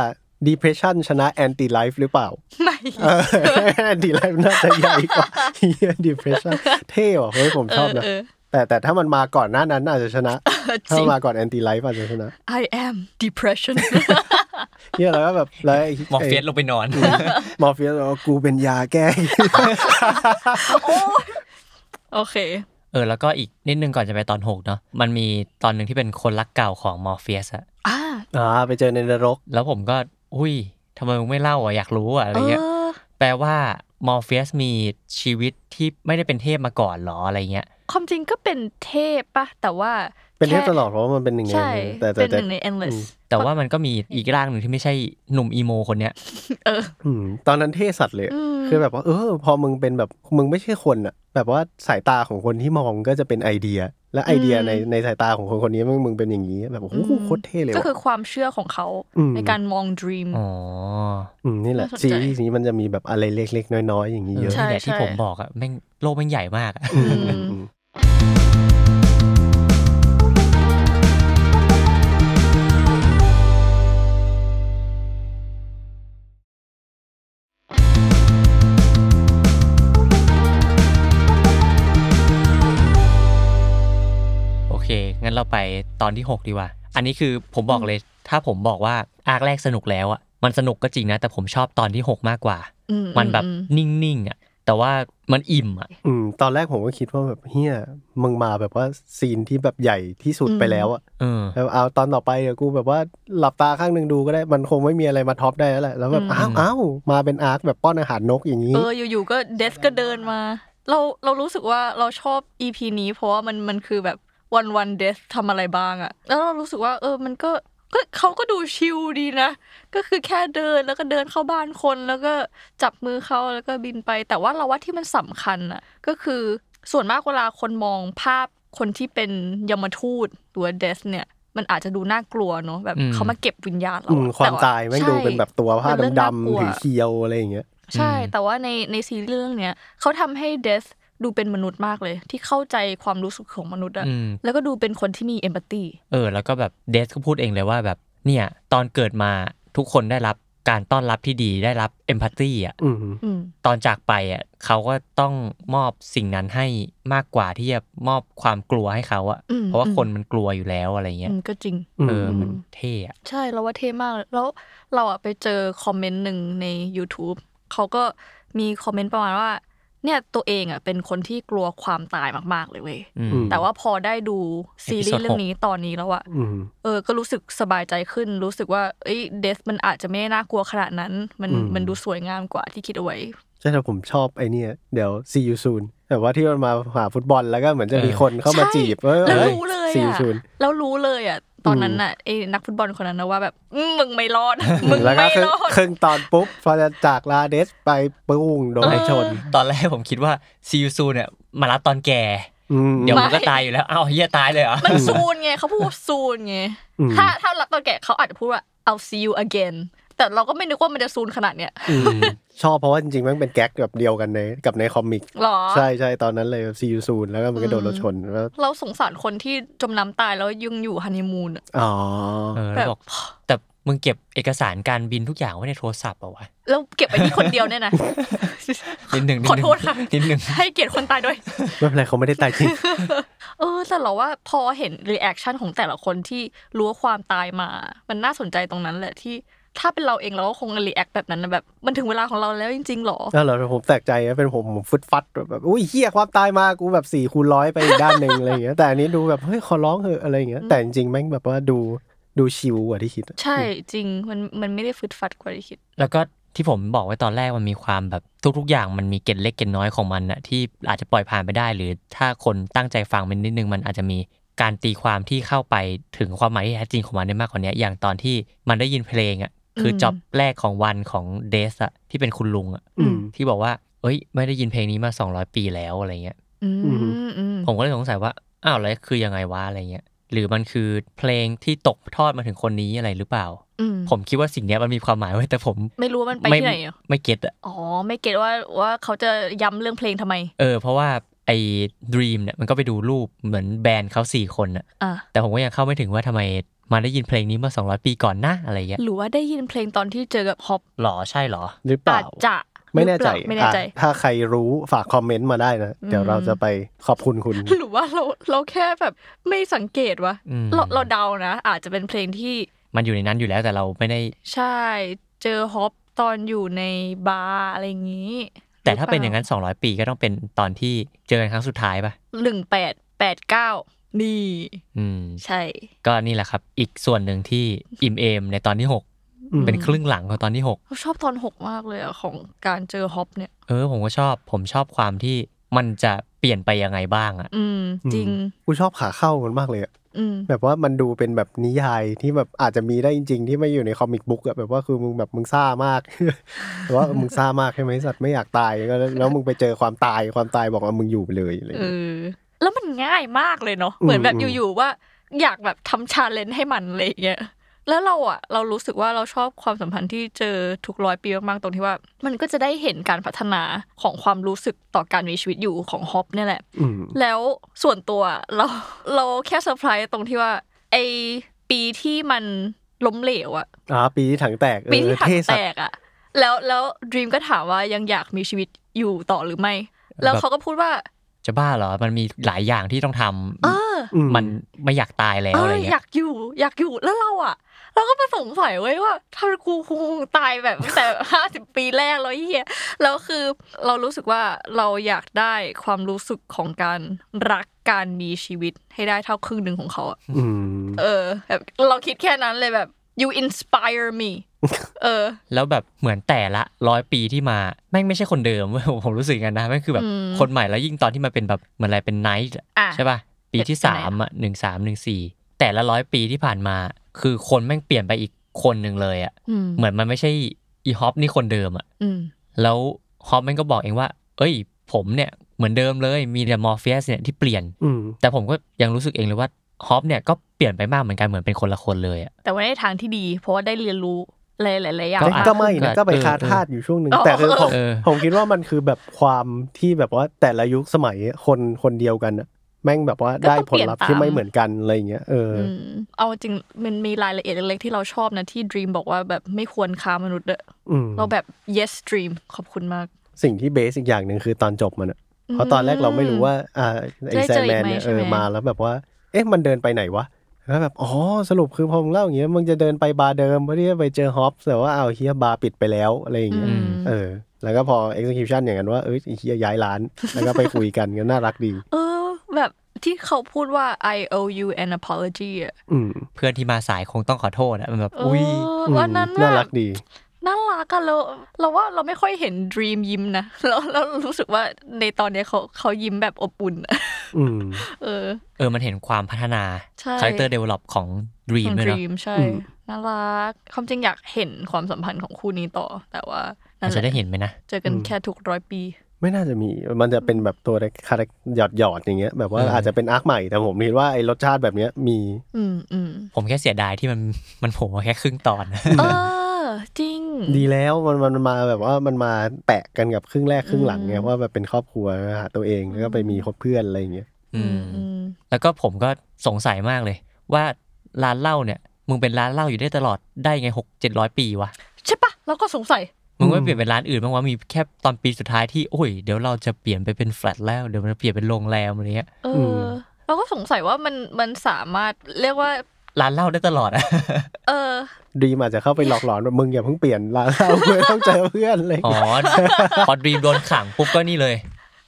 depression ชนะ anti life หรือเปล่า
ไม่
เออ (laughs) anti life น่าจะใหญ่กว่า (laughs) เฮีย depression เท่ว่ะเฮ้ยผมชอบนะ
เออเออ
แต่แต่ถ้ามันมาก่อนหน้านั้นอาจจะช
(laughs)
นะ
จ
ถ้า
ริง
มาก่อน anti life อาจจะชนะ
I am (laughs) depression
เฮียแล้วก็แบบแล้วไ
มองเฟสลงไปนอน
หมอเฟียสบอกว่ากูเป็นยาแก้
โอเค
เออแล้วก็อีกนิดนึงก่อนจะไปตอนหกเนาะมันมีตอนหนึ่งที่เป็นคนรักเก่าของมอร์เฟียสอะ
อ่า
(laughs) อ่าไปเจอในนรก
แล้วผมก็อุ้ยทำไมมึงไม่เล่าอะอยากรู้อะอะไร
เอ
เงี้ย
อ
แปลว่ามอร์เฟียสมีชีวิตที่ไม่ได้เป็นเทพมาก่อนหรออะไรเงี้ย
ความจริงก็เป็นเทพปะแต่ว่า
เป็นเทพ
แค่
ตลอดเพราะว่ามันเป็นหนึ่งใน
ใช่
แต่แต่
เป็
แต่
นหนึ่งใน endless
แต่ว่ามันก็มีอีกร่างหนึ่งที่ไม่ใช่หนุ่มอีโมคนเนี้ย
อืมตอนนั้นเท่สัตว์เลย
อืม
คือแบบว่า เออ พอมึงเป็นแบบมึงไม่ใช่คนอะแบบว่าสายตาของคนที่มองก็จะเป็นไอเดีย และไอเดีย
อืม
ในในสายตาของคนคนนี้มึงมึงเป็นอย่างนี้ แบบโอ้โหโคตรเท่เลย
ก็
ว่ะ
คือความเชื่อของเขา
อืม
ในการมอง dream
อ๋อ
อืมนี่แหละ
น่าสนใจ
ซีรีส์นี้มันจะมีแบบอะไรเล็กๆ น้อยๆ อย่างนี้เยอะ
ใช่
นี่แหละที่ผมบอกอะแม่งโลกแม่งใหญ่มากอะ
อืม
อืม
โอเค งั้นเราไปตอนที่ 6 ดีกว่า อันนี้คือผมบอกเลย ถ้าผมบอกว่าอาร์คแรกสนุกแล้วอะมันสนุกก็จริงนะ แต่ผมชอบตอนที่ 6 มากกว่า
อื
มันแบบ
อือื
นิ่งๆอะแต่ว่ามันอิ่มอะ
อืมตอนแรกผมก็คิดว่าแบบเฮียมึงมาแบบว่าซีนที่แบบใหญ่ที่สุดไปแล้วอะ
เออ
แล้วเอาตอนต่อไปเดี๋ยวกูแบบว่าหลับตาข้างหนึ่งดูก็ได้มันคงไม่มีอะไรมาท็อปได้แล้วแหละแล้วแบบอ้าวอ้าวมาเป็นอาร์คแบบป้อนอาหารนกอย่างนี้
เอออยู่ๆก็เดสก็เดินมา เราเรารู้สึกว่าเราชอบ EP นี้ เพราะว่ามันมันคือแบบวันวันเดสทำอะไรบ้างอะแล้วเรารู้สึกว่า เออมันก็ก็เขาก็ดูชิลดีนะ ก็คือแค่เดินแล้วก็เดินเข้าบ้านคน แล้วก็จับมือเขาแล้วก็บินไป แต่ว่าเราว่าที่มันสำคัญอะก็คือส่วนมากเวลาคนมองภาพคนที่เป็นยมทูตหรือเดสเนี่ย มันอาจจะดูน่ากลัวเนาะแบบ
อืม
เขามาเก็บวิญญาณเรา
อืม
อะ
ความ
แ
ตายแม่งดู
ใช่
เป็นแบบตัวผ้า
มันเรื่อง
ดำ
น่ากลัว
ๆถือเคียวอะไรอย่างเงี้ย
ใช่
อืม
แต่ว่าในในซีรีส์เรื่องเนี้ยเขาทำให้เดสดูเป็นมนุษย์มากเลย ที่เข้าใจความรู้สึกของมนุษย์อะ
อืม
แล้วก็ดูเป็นคนที่มีเอมพัตตี
เออ แล้วก็แบบเดสก็พูดเองเลยว่าแบบเนี่ยตอนเกิดมาทุกคนได้รับการต้อนรับที่ดีได้รับเอมพัตตีอะ
อืม
ตอนจากไปอะเขาก็ต้องมอบสิ่งนั้นให้มากกว่าที่จะมอบความกลัวให้เขาอะ
อืม
เพราะว่าคนมันกลัวอยู่แล้วอะไรเงี้ย
อืมก็จริง
อื
เออ
ม
มันเท่อะ
ใช่เราว่าเท่มากเลยแล้วเราอะไปเจอคอมเมนต์หนึ่งใน YouTube เขาก็มีคอมเมนต์ประมาณว่า เนี่ยตัวเองอะเป็นคนที่กลัวความตายมากๆเลยเว้ย
อืม
แต่ว่าพอได้ดูซีรีส์เรื่องนี้ตอนนี้แล้วอะ
อืม
เออ ก็รู้สึกสบายใจขึ้น รู้สึกว่า เอ้ย เดสมันอาจจะไม่ได้น่ากลัวขนาดนั้น มัน
อืม
มันดูสวยงามกว่าที่คิดเอาไว้
ใช่แต่ผมชอบไอเนี่ยเดี๋ยว see you soon แต่ว่าที่มันมาหาฟุตบอลแล้วก็เหมือนจะมีคนเข้ามา
ใช่
จีบเออ
แล้ว
เอ้ย
รู้เลย
สี่
อ่ะ
ศูนย์
แล้วรู้เลยอ่ะ ตอนนั้นน่ะไอ้นักฟุตบอลคนนั้นนะว่าแบบอืมมึงไม่รอด
(laughs)
มึง
แล้วก็
ไม่
ครึ่
รงอด
ครึ่งตอนปุ๊บพอจะจากลาเดสไปปุ้งโดนชน
ตอนแรกผมคิดว่าซีอูซูเนี่ยมารับตอนแก่
ม
เดี๋ยวมัน
ไม่
ก็ตายอยู่แล้วอ้าวเฮียตายเลยเหรอ
มันซูนไงเขาพูดว่าซูนไง
อืม
ถ้า ถ้ารับตอนแก่เขาอาจจะพูดว่า I'll see you again แต่เราก็ไม่นึกว่ามันจะซูนขนาดเนี้ย
ชอบเพราะว่าจริงๆแมันเป็นแก๊กแบบเดียวกันในกับในคอมิก
หรอ
ใช่ใช่ตอนนั้นเลยซีอูซูนแล้วก็มันก็โดนรถชนแล้ว
เราสงสารคนที่จมน้ำตายแล้วยังอยู่ฮันนีมูนอะ
อ๋อ
เออ
แบ
แล้ว
บ
บอกแต่มึงเก็บเอกสารการบินทุกอย่างไว้ในโทรศัพท์เหรอวะ
แล้วเก็บไว้ที่คนเดียว
(laughs)
เนี่ยนะ
นิดหนึ่งนิดหนึ่ง
ขอโทษค่ะ
นิดหนึ่ง
ให้เกียรติคนตายด้วย
ไม่เป็นไรเขาไม่ได้ตาย
(laughs)
จริง
เออแต่เราว่าพอเห็นรีแอคชั่นของแต่ละคนที่รู้ว่าความตายมา มันน่าสนใจตรงนั้นแหละที่ถ้าเป็นเราเองเราก็คงรีแอคแบบนั้นนะแบบ มันถึงเวลาของเราแล้วจริงๆหรอ
แล้วเหรอผมแตกใจนะเป็นผมผมฟึดฟัดแบบอุ้ยเฮียความตายมากูแบบสี่คูณร้อยไปอีกด้านหนึ่งอะไรอย่างเงี้ยแต่อันนี้ดูแบบเฮ้ยขอร้องเหอะอะไรอย่างเงี้ยแต่จริงๆแม่งแบบว่าดู ดูชิวกว่าที่คิดอะ
ใช่จริงมันมันไม่ได้ฟึดฟัดกว่าที่คิด
แล้วก็ที่ผมบอกไว้ตอนแรกมันมีความแบบทุก ๆ อย่างมันมีเกณฑ์เล็กเกณฑ์น้อยของมันอะที่อาจจะปล่อยผ่านไปได้ หรือถ้าคนตั้งใจฟังมันนิดนึงมันอาจจะมีการตีความที่เข้าไปถึงความหมายที่แท้จริงของมันได้มากกว่านี้อย่างตอนที่มันได้ยินเพลงอะคือ
ม
จ็อบแรกของวันของเดสอะที่เป็นคุณลุงอะ
อืม
ที่บอกว่า เอ้ย ไม่ได้ยินเพลงนี้มา 200 ปีแล้วอะไรเงี้ย
อืม
อืม
อืม
ผมก็เลยสงสัยว่า อ้าวแล้วคือยังไงวะอะไรเงี้ย หรือมันคือเพลงที่ตกทอดมาถึงคนนี้อะไรหรือเปล่า
อืม
ผมคิดว่าสิ่งเนี้ยมันมีความหมายไว้ยแต่ผม
ไม่รู้ว่ามันไปที่ไหนอะ
ไม่เก็ตอะ
อ๋อ ไม่เก็ตว่าว่าเขาจะย้ำเรื่องเพลงทำไม
เออ เพราะว่าไอ้ Dream เนี่ยมันก็ไปดูรูปเหมือนแบรนด์เขาสี่คนอะ
อ่ะ
แต่ผมก็ยังเข้าไม่ถึงว่าทำไมมาได้ยินเพลงนี้เมา 200 ปีก่อนนะอะไรเงี้ย
หรือว่าได้ยินเพลงตอนที่เจอกับฮอป
หรอใช่หรอ
หรือเปล่า
อาจจะ
ไม่แน่ใจ
หรือเปล่าไม่แน่ใจ
อ่ะถ้าใครรู้ฝากคอมเมนต์มาได้นะ เดี๋ยวเราจะไปขอบคุณคุณ
หรือว่าเราเราแค่แบบไม่สังเกตวะ
อืม
เราเราเดานะ อาจจะเป็นเพลงที่
มันอยู่ในนั้นอยู่แล้วแต่เราไม่ได้
ใช่ เจอฮอปตอนอยู่ในบาร์อะไรอย่างนี้
แต่ถ้าเป็นอย่างนั้น 200 ปีก็ต้องเป็นตอนที่เจอกันครั้งสุดท้ายป่ะ
หนึ่งแปดแปดเก้านี่
อืม
ใช่
ก็นี่แหละครับ อีกส่วนหนึ่งที่อิมเอมในตอนที่หก
อืม
เป็นครึ่งหลังของตอนที่หก
เราชอบตอนหกมากเลยอะของการเจอฮอปเนี่ย
เออผมก็ชอบผมชอบความที่มันจะเปลี่ยนไปยังไงบ้างอะ
อืม จริง
กูชอบขาเข้ามันมากเลยอะ
อืม
แบบว่ามันดูเป็นแบบนิยายที่แบบอาจจะมีได้จริง ๆ ที่ไม่อยู่ในคอมิกบุ๊กอะแบบว่าคือมึงแบบมึงซ่ามาก (laughs) แต่ว่ามึงซ่ามากใช่ไหมสัตว์ไม่อยากตายแล้วแล้วมึงไปเจอความตายความตายบอกว่ามึงอยู่ไปเลยอะไรอย่าง
เอ
เงี้ย
อ แล้วมันง่ายมากเลยเนาะ เหมือนแบบ
อืม
อยู่ๆว่าอยากแบบทำชาเลนจ์ให้มันอะไรอย่างเงี้ย แล้วเราอะเรารู้สึกว่าเราชอบความสัมพันธ์ที่เจอทุกร้อยปีมากๆตรงที่ว่า มันก็จะได้เห็นการพัฒนาของความรู้สึกต่อการมีชีวิตอยู่ของฮอปเนี่ยแหละ
อืม
แล้วส่วนตัวเราเราแค่เซอร์ไพรส์ตรงที่ว่าไอปีที่มันล้มเหลวอะ
อ่าปีที่ถังแตกเอ
ปีที่
อ
ถัง
เท่
แต
สัตว์
กอะแล้วแล้วดรีมก็ถามว่ายังอยากมีชีวิตอยู่ต่อหรือไม่ แล้วเขาก็พูดว่า
จะบ้าเหรอ มันมีหลายอย่างที่ต้องทำ
เออ
อื
มันไม่อยากตายแล้ว
เอ
อะไร
ออ
เงี้
ยายกอยู่อยากอยู่แล้วเราอ่ะ เราก็มาสงสัยเว้ยว่าถ้ากูคงตายแบบ (laughs) ตั้งแต่ห้าสิบปีแรกแล้วเฮียแล้วคือเรารู้สึกว่าเราอยากได้ความรู้สึกของการรักการมีชีวิตให้ได้เท่าครึ่งหนึ่งของเขาอะ
อืม
เออแบบเราคิดแค่นั้นเลยแบบ you inspire me เออ
แล้วแบบเหมือนแต่ละร้อยปีที่มาแม่งไม่ใช่คนเดิมเว้ยผมผมรู้สึกกันนะแม่งคือแบบ
อืม
คนใหม่แล้วยิ่งตอนที่มาเป็นแบบเหมือนอะไรเป็นไนท์
อ่ะ
ใช่ป่ะปีที่
เป็น
สา
ไนท์
มอะหนึ่งสามหนึ่งสี่แต่ละร้อยปีที่ผ่านมา คือคนแม่งเปลี่ยนไปอีกคนหนึ่งเลยอะ
อืม
เหมือนมันไม่ใช่อีฮอปนี่คนเดิมอะ
อืม
แล้วฮอปแมันก็บอกเองว่า เอ้ย ผมเนี่ยเหมือนเดิมเลย มีแต่มอร์เฟียสเนี่ยที่เปลี่ยน
อืม
แต่ผมก็ยังรู้สึกเองเลยว่าฮอปเนี่ยก็เปลี่ยนไปมากเหมือนกันเหมือนเป็นคนละคนเลยอะ
แต่ว่าในทางที่ดี เพราะว่าได้เรียนรู้หลายๆอย่าง
ก็อาจ
ก็ไม่นะก็ไป
เออ
คาทาสอยู่ช่วงหนึ่ง
เออ
แต่คือผม
เออ
ผมคิดว่ามันคือแบบความที่แบบว่าแต่ละยุคสมัยคนคนเดียวกันน่ะแม่งแบบว่าได้ผลลัพธ์ที่ไม่เหมือนกันอะไรอย่างเงี้ยเอออ
อืมเอาจริงมันมีรายละเอียดเล็กๆที่เราชอบนะที่ดรีมบอกว่าแบบไม่ควรค้ามนุษย์อะ
อืม
เราแบบ yes dream ขอบคุณมาก
สิ่งที่เบสอีกอย่างหนึ่งคือตอนจบมันอะเพราะตอนแรกเราไม่รู้ว่าอ่าไอ
ได้
แซ
เจ
นแมน
ออีกไหม
เนี่ย
ใช่
เอ
ไหม
อมาแล้วแบบว่า เอ๊ะมันเดินไปไหนวะแล้วแบบอ๋อสรุปคือพอมึงเล่าอย่างเงี้ยมึงจะเดินไปบาร์เดิมเพื่อที่จะไปเจอฮอปแต่ว่าเอาวเฮียบาร์ปิดไปแล้วอะไรอย่างเงี้ย
อืม
เออ แล้วก็พอ execution อย่างนั้นว่าเอ้ยไอ้เฮียย้ายร้าน แล้วก็ไปคุยกัน (laughs) ก็น่ารักดี
เออ แบบที่เขาพูดว่า I owe you an apology อ่ะ
อืม
เพื่อนที่มาสายคงต้องขอโทษอะมันแบบ
เออ
อุ้ย
อ
อืม
วันนั้น
น่า
แบ
รับ กดี
น่ารักอะเราเราว่าเราไม่ค่อยเห็น dream ยิ้มนะ (laughs) แล้วแล้วรู้สึกว่าในตอนเนี้ยเขาเขายิ้มแบบอบอุ่นอะ (laughs)
อืม
เออ
เออมันเห็นความพัฒนา
ใช่
คาแรคเตอร์เดเวล็อปของดรี
ข
ม
อง
ด้วยเนาะ
dream ใช่
อืม
น่ารักความจริงอยากเห็นความสัมพันธ์ของคู่นี้ต่อ แต่ว่า
มั
นั่
นน
แห
จะ
ละ
ได้เห็นไหมนะ
เจอกันแค่ทุกร้อยปี
ไม่น่าจะมี มันจะเป็นแบบตัวคาแรคหยอดหยอดๆอย่างเงี้ยแบบว่า
เอออ
อาจจะเป็นอาร์คใหม่แต่ผมคิดว่าไอ้รสชาติแบบเนี้ยมี
อืมอืม
ผมแค่เสียดายที่มัน (laughs) มันโผล่มาแค่ครึ่งตอน
เออ จริง
ดีแล้วมันมันมันมาแบบว่ามันมาแปะกันกับครึ่งแรกครึ่งหลังไงว่าแบบเป็นครอบครัวหาตัวเองแล้วก็ไปมีคบเพื่อนอะไรอย่างเงี้ย
อืม
(laughs) อืม
แล้วก็ผมก็สงสัยมากเลย ว่าร้านเหล้าเนี่ยมึงเป็นร้านเหล้าอยู่ได้ตลอดได้ไงหกเจ็ดร้อยปีวะ
ใช่ปะเราก็สงสัย
มึงไม่เปลี่ยนเป็นร้านอื่นบ้างวะมีแค่ตอนปีสุดท้ายที่โอ้ยเดี๋ยวเราจะเปลี่ยนไปเป็นแฟลตแล้ว เดี๋ยวมันจะเปลี่ยนเป็นโรงแรมอะไรเงี้ย
เอออเราก็สงสัยว่ามันมันสามารถเรียกว่า
ร้านเหล้าได้ตลอดอะ
เออ
ดีมอาจจะเข้าไปหลอกหลอนว่ามึงอย่าเพิ่งเปลี่ยนร้านเราเพื่อต้องเจอเพื่อนอะไรอย่าง
(laughs) อ๋อ
เงี้ย
พอดรีมโดนขังปุ๊บก็นี่เลย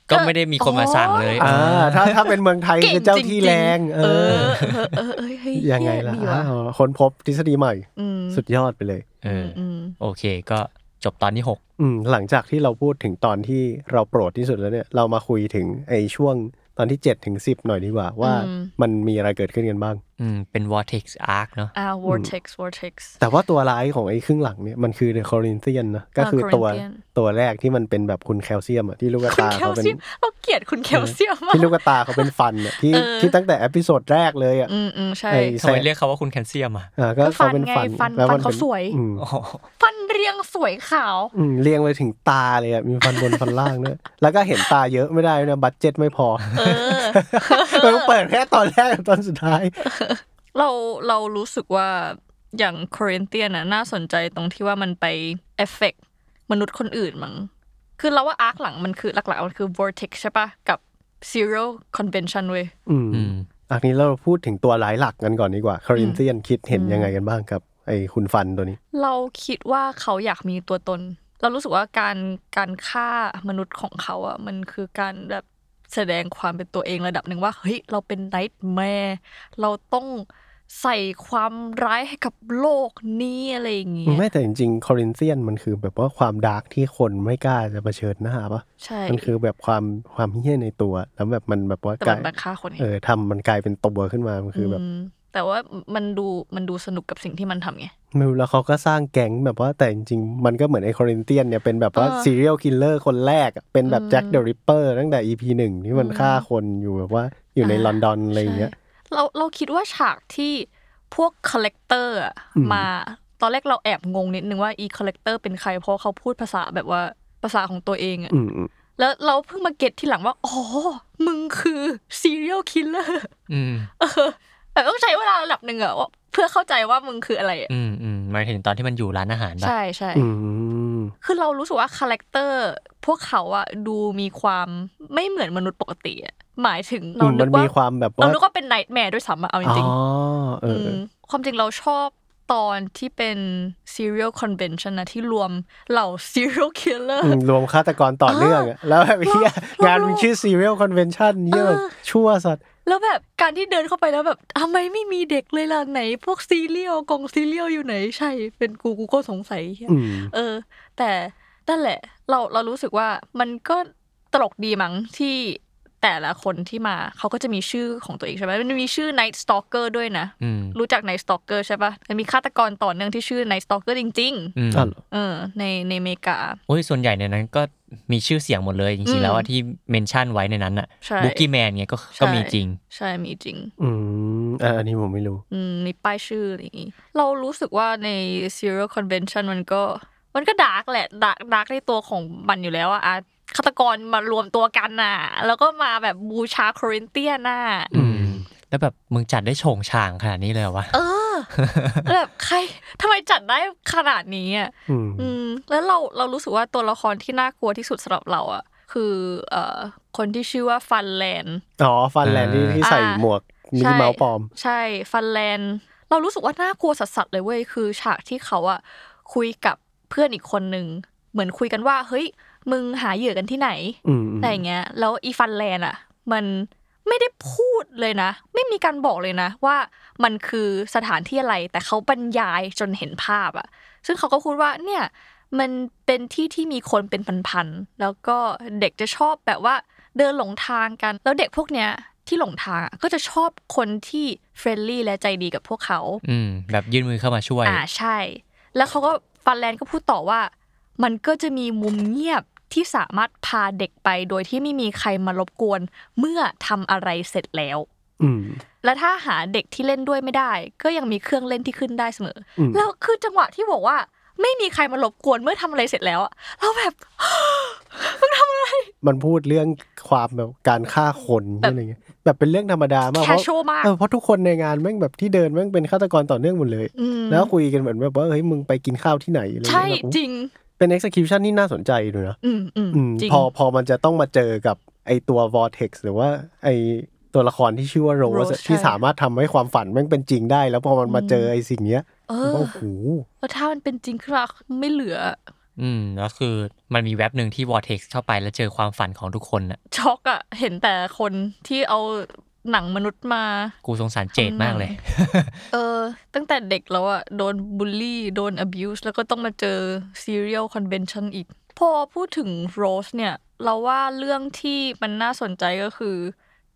ก็ไม่ได้มีคนมาสั่งเลย
อ่าถ้าถ้าเป็นเมืองไทย
ก่
คือเจ้าที่แรง
จ
เอ
ๆเอ
อ
อเออเออเออเฮ้ย
ยังไงล่ะ
ดีว
อ้าวค้นพบทฤษฎีใหม่
อืม
สุดยอดไปเลย
เอออ
อืม
โอเค ก็จบตอนที่หก
อืมหลังจากที่เราพูดถึงตอนที่เราโปรดที่สุดแล้วเนี่ย เรามาคุยถึงไอ้ช่วงตอนที่7จ็ดถึงสิหน่อยดีกว่า ว่า
อืม
มันมีอะไรเกิดขึ้นกันบ้าง
อืมเป็น vortex arc เนอะ
อ่า vortex vortex
แต่ว่าตัวร้ายของไอ้ครึ่งหลังเนี่ยมันคือเดอะคอรินเทียนนะก็คือตัว
Corinthian
ตัวแรกที่มันเป็นแบบคุณแคลเซียมอะที่ลูก
คุณ
ตา
แค
เขา
ล
เป็น
เซียมเราเกลียดคุณแคลเซียมมาก
ที่ลูกตาเขาเป็นฟันอะที่
เออ
ที่ตั้งแต่เอพิโซดแรกเลยอะ
อืมอืมใช่
ไอ้
ทำไม
แซะ
เรียกเขาว่าคุณแคลเซียมอ่ะ
อ่าก็
ก็ฟั
เขา
น
เป็น
ไง
ฟัน
ฟัน
แล้วมัน
ฟันเขา
ป็น
สวย
อืม
อ๋อ
ฟันเรียงสวยขาว
อืมเรียงไปถึงตาเลยอ่ะ มีฟันบน ฟันล่างด้วยแล้วก็เห็นตาเยอะไม่ได้ด้วยนะบัตเจ็ตไม่พอ
เออ
มันต้องเปิดแค่ตอนแรกกับตอนสุดท้าย
เราเรารู้สึกว่าอย่างคอรินเตียนน่ะน่าสนใจตรงที่ว่ามันไปเอฟเฟกมนุษย์คนอื่นมั้งคือเราว่าอาร์คหลังมันคือหลักๆ มันคือ vortex ใช่ปะกับ zero convention เว้ย
อืม
อืม
อันนี้เราพูดถึงตัวหลายหลักกันก่อนดีกว่าคารินเซียนคิดเห็นยังไงกันบ้างกับไอ้คุณฟันตัวนี้
เราคิดว่าเขาอยากมีตัวตน เรารู้สึกว่าการการฆ่ามนุษย์ของเขาอ่ะมันคือการแบบแสดงความเป็นตัวเองระดับหนึ่งว่าเฮ้ยเราเป็นไนท์แมร์เราต้องใส่ความร้ายให้กับโลกนี้อะไรอย่างเงี้ย
ไม่แต่จริงๆคารินเซียนมันคือแบบว่าความดาร์กที่คนไม่กล้าจะเผชิญหน้าปะ
ใช่
มันคือแบบความความเฮี้ยในตัว แล้วแบบมันแบบว่าก
แต่
ลา
มั
ย
นบังคับคน
เอ
เอง
อทำมันกลายเป็นตัวขึ้นมามันคือแบบ
มแต่ว่ามันดูมันดูสนุกกับสิ่งที่มันทำไง
ไม่รู้แล้วเขาก็สร้างแก๊งแบบว่าแต่จริงๆ มันก็เหมือนไอ้คอรินเตียนเนี่ยเป็นแบบว่า
เออ
ซีเรียลคิลเลอร์คนแรกอะเป็นแบบ
อืม
แจ็คเดอะริปเปอร์ตั้งแต่ EP หนึ่งที่มัน
อืม
ฆ่าคนอยู่แบบว่าอยู่ใน
อ่า
ลอนดอนอะไรอย่างเงี้ย
ใช่เราเราคิดว่าฉากที่พวกคอลเลกเตอร์
อืม
มาตอนแรกเราแอบงงนิดนึงว่าอีคอลเลกเตอร์เป็นใครเพราะเขาพูดภาษาแบบว่าภาษาของตัวเองอะ
อืมอืม
แล้วเราเพิ่งมาเก็ตที่หลังว่าอ๋อมึงคือ serial killer
อืม
เออแบบต้องใช้เวลาระดับหนึ่งอะว่าเพื่อเข้าใจว่ามึงคืออะไรอะ
อืมอืมหมายถึงตอนที่มันอยู่ร้านอาหารป่ะ
ใช่ใช่
อืม
คือเรารู้สึกว่าคาแรคเตอร์พวกเขาอะดูมีความไม่เหมือนมนุษย์ปกติอะหมายถึงเรานึ
มั
ก
น
ว่า
มีความแบบ
เรา
ว่า
นึกว่าเป็นไนท์แมร์ด้วยซ้ำอะเอาจ
อ๋อ
ริงๆ
เอออ
มความจริงเราชอบตอนที่เป็น serial convention นะ ที่รวมเหล่า serial killer
มรวมฆาตกรต่อเนื่องอะแล้วแบบเฮียงานมันชื่อซีเรียลคอนเวนชั่นเหี้ยอะชั่วสัตว์
แล้วแบบการที่เดินเข้าไปแล้วแบบทำไมไม่มีเด็กเลยล่ะไหน พวก serial กอง serial อยู่ไหน ใช่ เป็นกูกูก็สงสัยเหี้ย
อืม
เออ แต่นั่นแหละ เราเรารู้สึกว่ามันก็ตลกดีมั้งที่แต่ละคนที่มาเขาก็จะมีชื่อของตัวเองใช่ไหมมันมีชื่อ night stalker ด้วยนะ
อืม
รู้จัก night stalker ใช่ปะมันมีฆาตกรต่อเนื่องที่ชื่อ night stalker จริง ๆ
อืม
อ่ะเหรอ
เออในในอเมริกา
โอ้ยส่วนใหญ่ในนั้นก็มีชื่อเสียงหมดเลยจริงๆแล้วอะที่เมนชั่นไว้ในนั้นอ่ะ
ใช่
บุกี้แมนเนี่ยก็
ใช่
ก็มีจริง
ใช่มีจริง
อืมอ่ะอันนี้ผมไม่รู้
อืมมีป้ายชื่ออะไรอย่างงี้ เรารู้สึกว่าใน serial convention มันก็ มันก็ดาร์กแหละดาร์กดาร์กในตัวของมันอยู่แล้วอะอ่ะฆาตกรมารวมตัวกันน่ะ แล้วก็มาแบบบูชาโครินเตียนน่ะ
อืม แล้วแบบมึงจัดได้โฉงฉางขนาดนี้เลยเหรอวะ
เออ แบบใครทำไมจัดได้ขนาดนี้อ่ะ
อืม
อืมแล้วเราเรารู้สึกว่าตัวละครที่น่ากลัวที่สุดสำหรับเราอ่ะ คือเอ่อคนที่ชื่อว่าฟันแลน
อ๋อฟันแลนด์ที่ที่ใส่หมวกมิก
ใช่
กี้เมาส์ปลอม
ใช่ฟันแลนด์เรารู้สึกว่าน่ากลัวสัสๆเลยเว้ยคือฉากที่เขาอะคุยกับเพื่อนอีกคนนึงเหมือนคุยกันว่า เฮ้ย มึงหาเหยื่อกันที่ไหน
อืมอืม
อะไรอย่างเงี้ยแล้วอีฟันแลนด์อะมันไม่ได้พูดเลยนะ ไม่มีการบอกเลยนะ ว่ามันคือสถานที่อะไรแต่เขาบรรยายจนเห็นภาพอะซึ่งเขาก็พูดว่าเนี่ยมันเป็นที่ที่มีคนเป็นพันๆแล้วก็เด็กจะชอบแบบว่า เดินหลงทางกัน แล้วเด็กพวกเนี้ยที่หลงทางอะก็จะชอบคนที่เฟรนลี่และใจดีกับพวกเขา
อืม แบบยื่นมือเข้ามาช่วย
อ่าใช่ แล้วเขาก็ฟันแลนด์ก็พูดต่อว่า มันก็จะมีมุมเงียบที่สามารถพาเด็กไปโดยที่ไม่มีใครมารบกวน เมื่อทำอะไรเสร็จแล้ว
อืม
และถ้าหาเด็กที่เล่นด้วยไม่ได้ ก็ยังมีเครื่องเล่นที่ขึ้นได้เสมออ
ม
แล้วคือจังหวะที่บอกว่า ไม่มีใครมารบกวนเมื่อทำอะไรเสร็จแล้วอะเราแบบ
มันพูดเรื่องความแบบการฆ่าคน
แบบ
อะไรเงี้ยแบบเป็นเรื่องธรรมดามากเพ
แคช
ราะ
ชวลมาก
เออเพราะทุกคนในงานแม่งแบบที่เดินแม่งเป็นฆาตกรต่อเนื่องหมดเลย
อืม
แล้วคุยกันเหมือนแบบว่าเฮ้ยมึงไปกินข้าวที่ไหนอะไร
ใช่
เงี้ยแบบ
จริง
เป็น execution ที่น่าสนใจดูนะ
อืมอืม
อืม
จริง
พอพอมันจะต้องมาเจอกับไอตัว vortex หรือว่าไอตัวละครที่ชื่อว่าโร
Rose
ส
ใช่
ที่สามารถทำให้ความฝันแม่งเป็นจริงได้ แล้วพอมันมา
อืม
เจอไอสิ่งเนี้ย
เอ
ผมว่า
อ
โอ้โห
แล้วถ้ามันเป็นจริงขึ้นมาไม่เหลือ
อืมแล้วคือมันมีเว็บหนึ่งที่วอร์เท็กซ์เข้าไปแล้วเจอความฝันของทุกคนน่ะ
ช็อกอะเห็นแต่คนที่เอาหนังมนุษย์มา
กูสงสารเจดมากเลย
เออ ตั้งแต่เด็กแล้วอะโดนบูลลี่ โดน abuse แล้วก็ต้องมาเจอ serial convention อีก พอพูดถึงโรสเนี่ย เราว่าเรื่องที่มันน่าสนใจก็คือ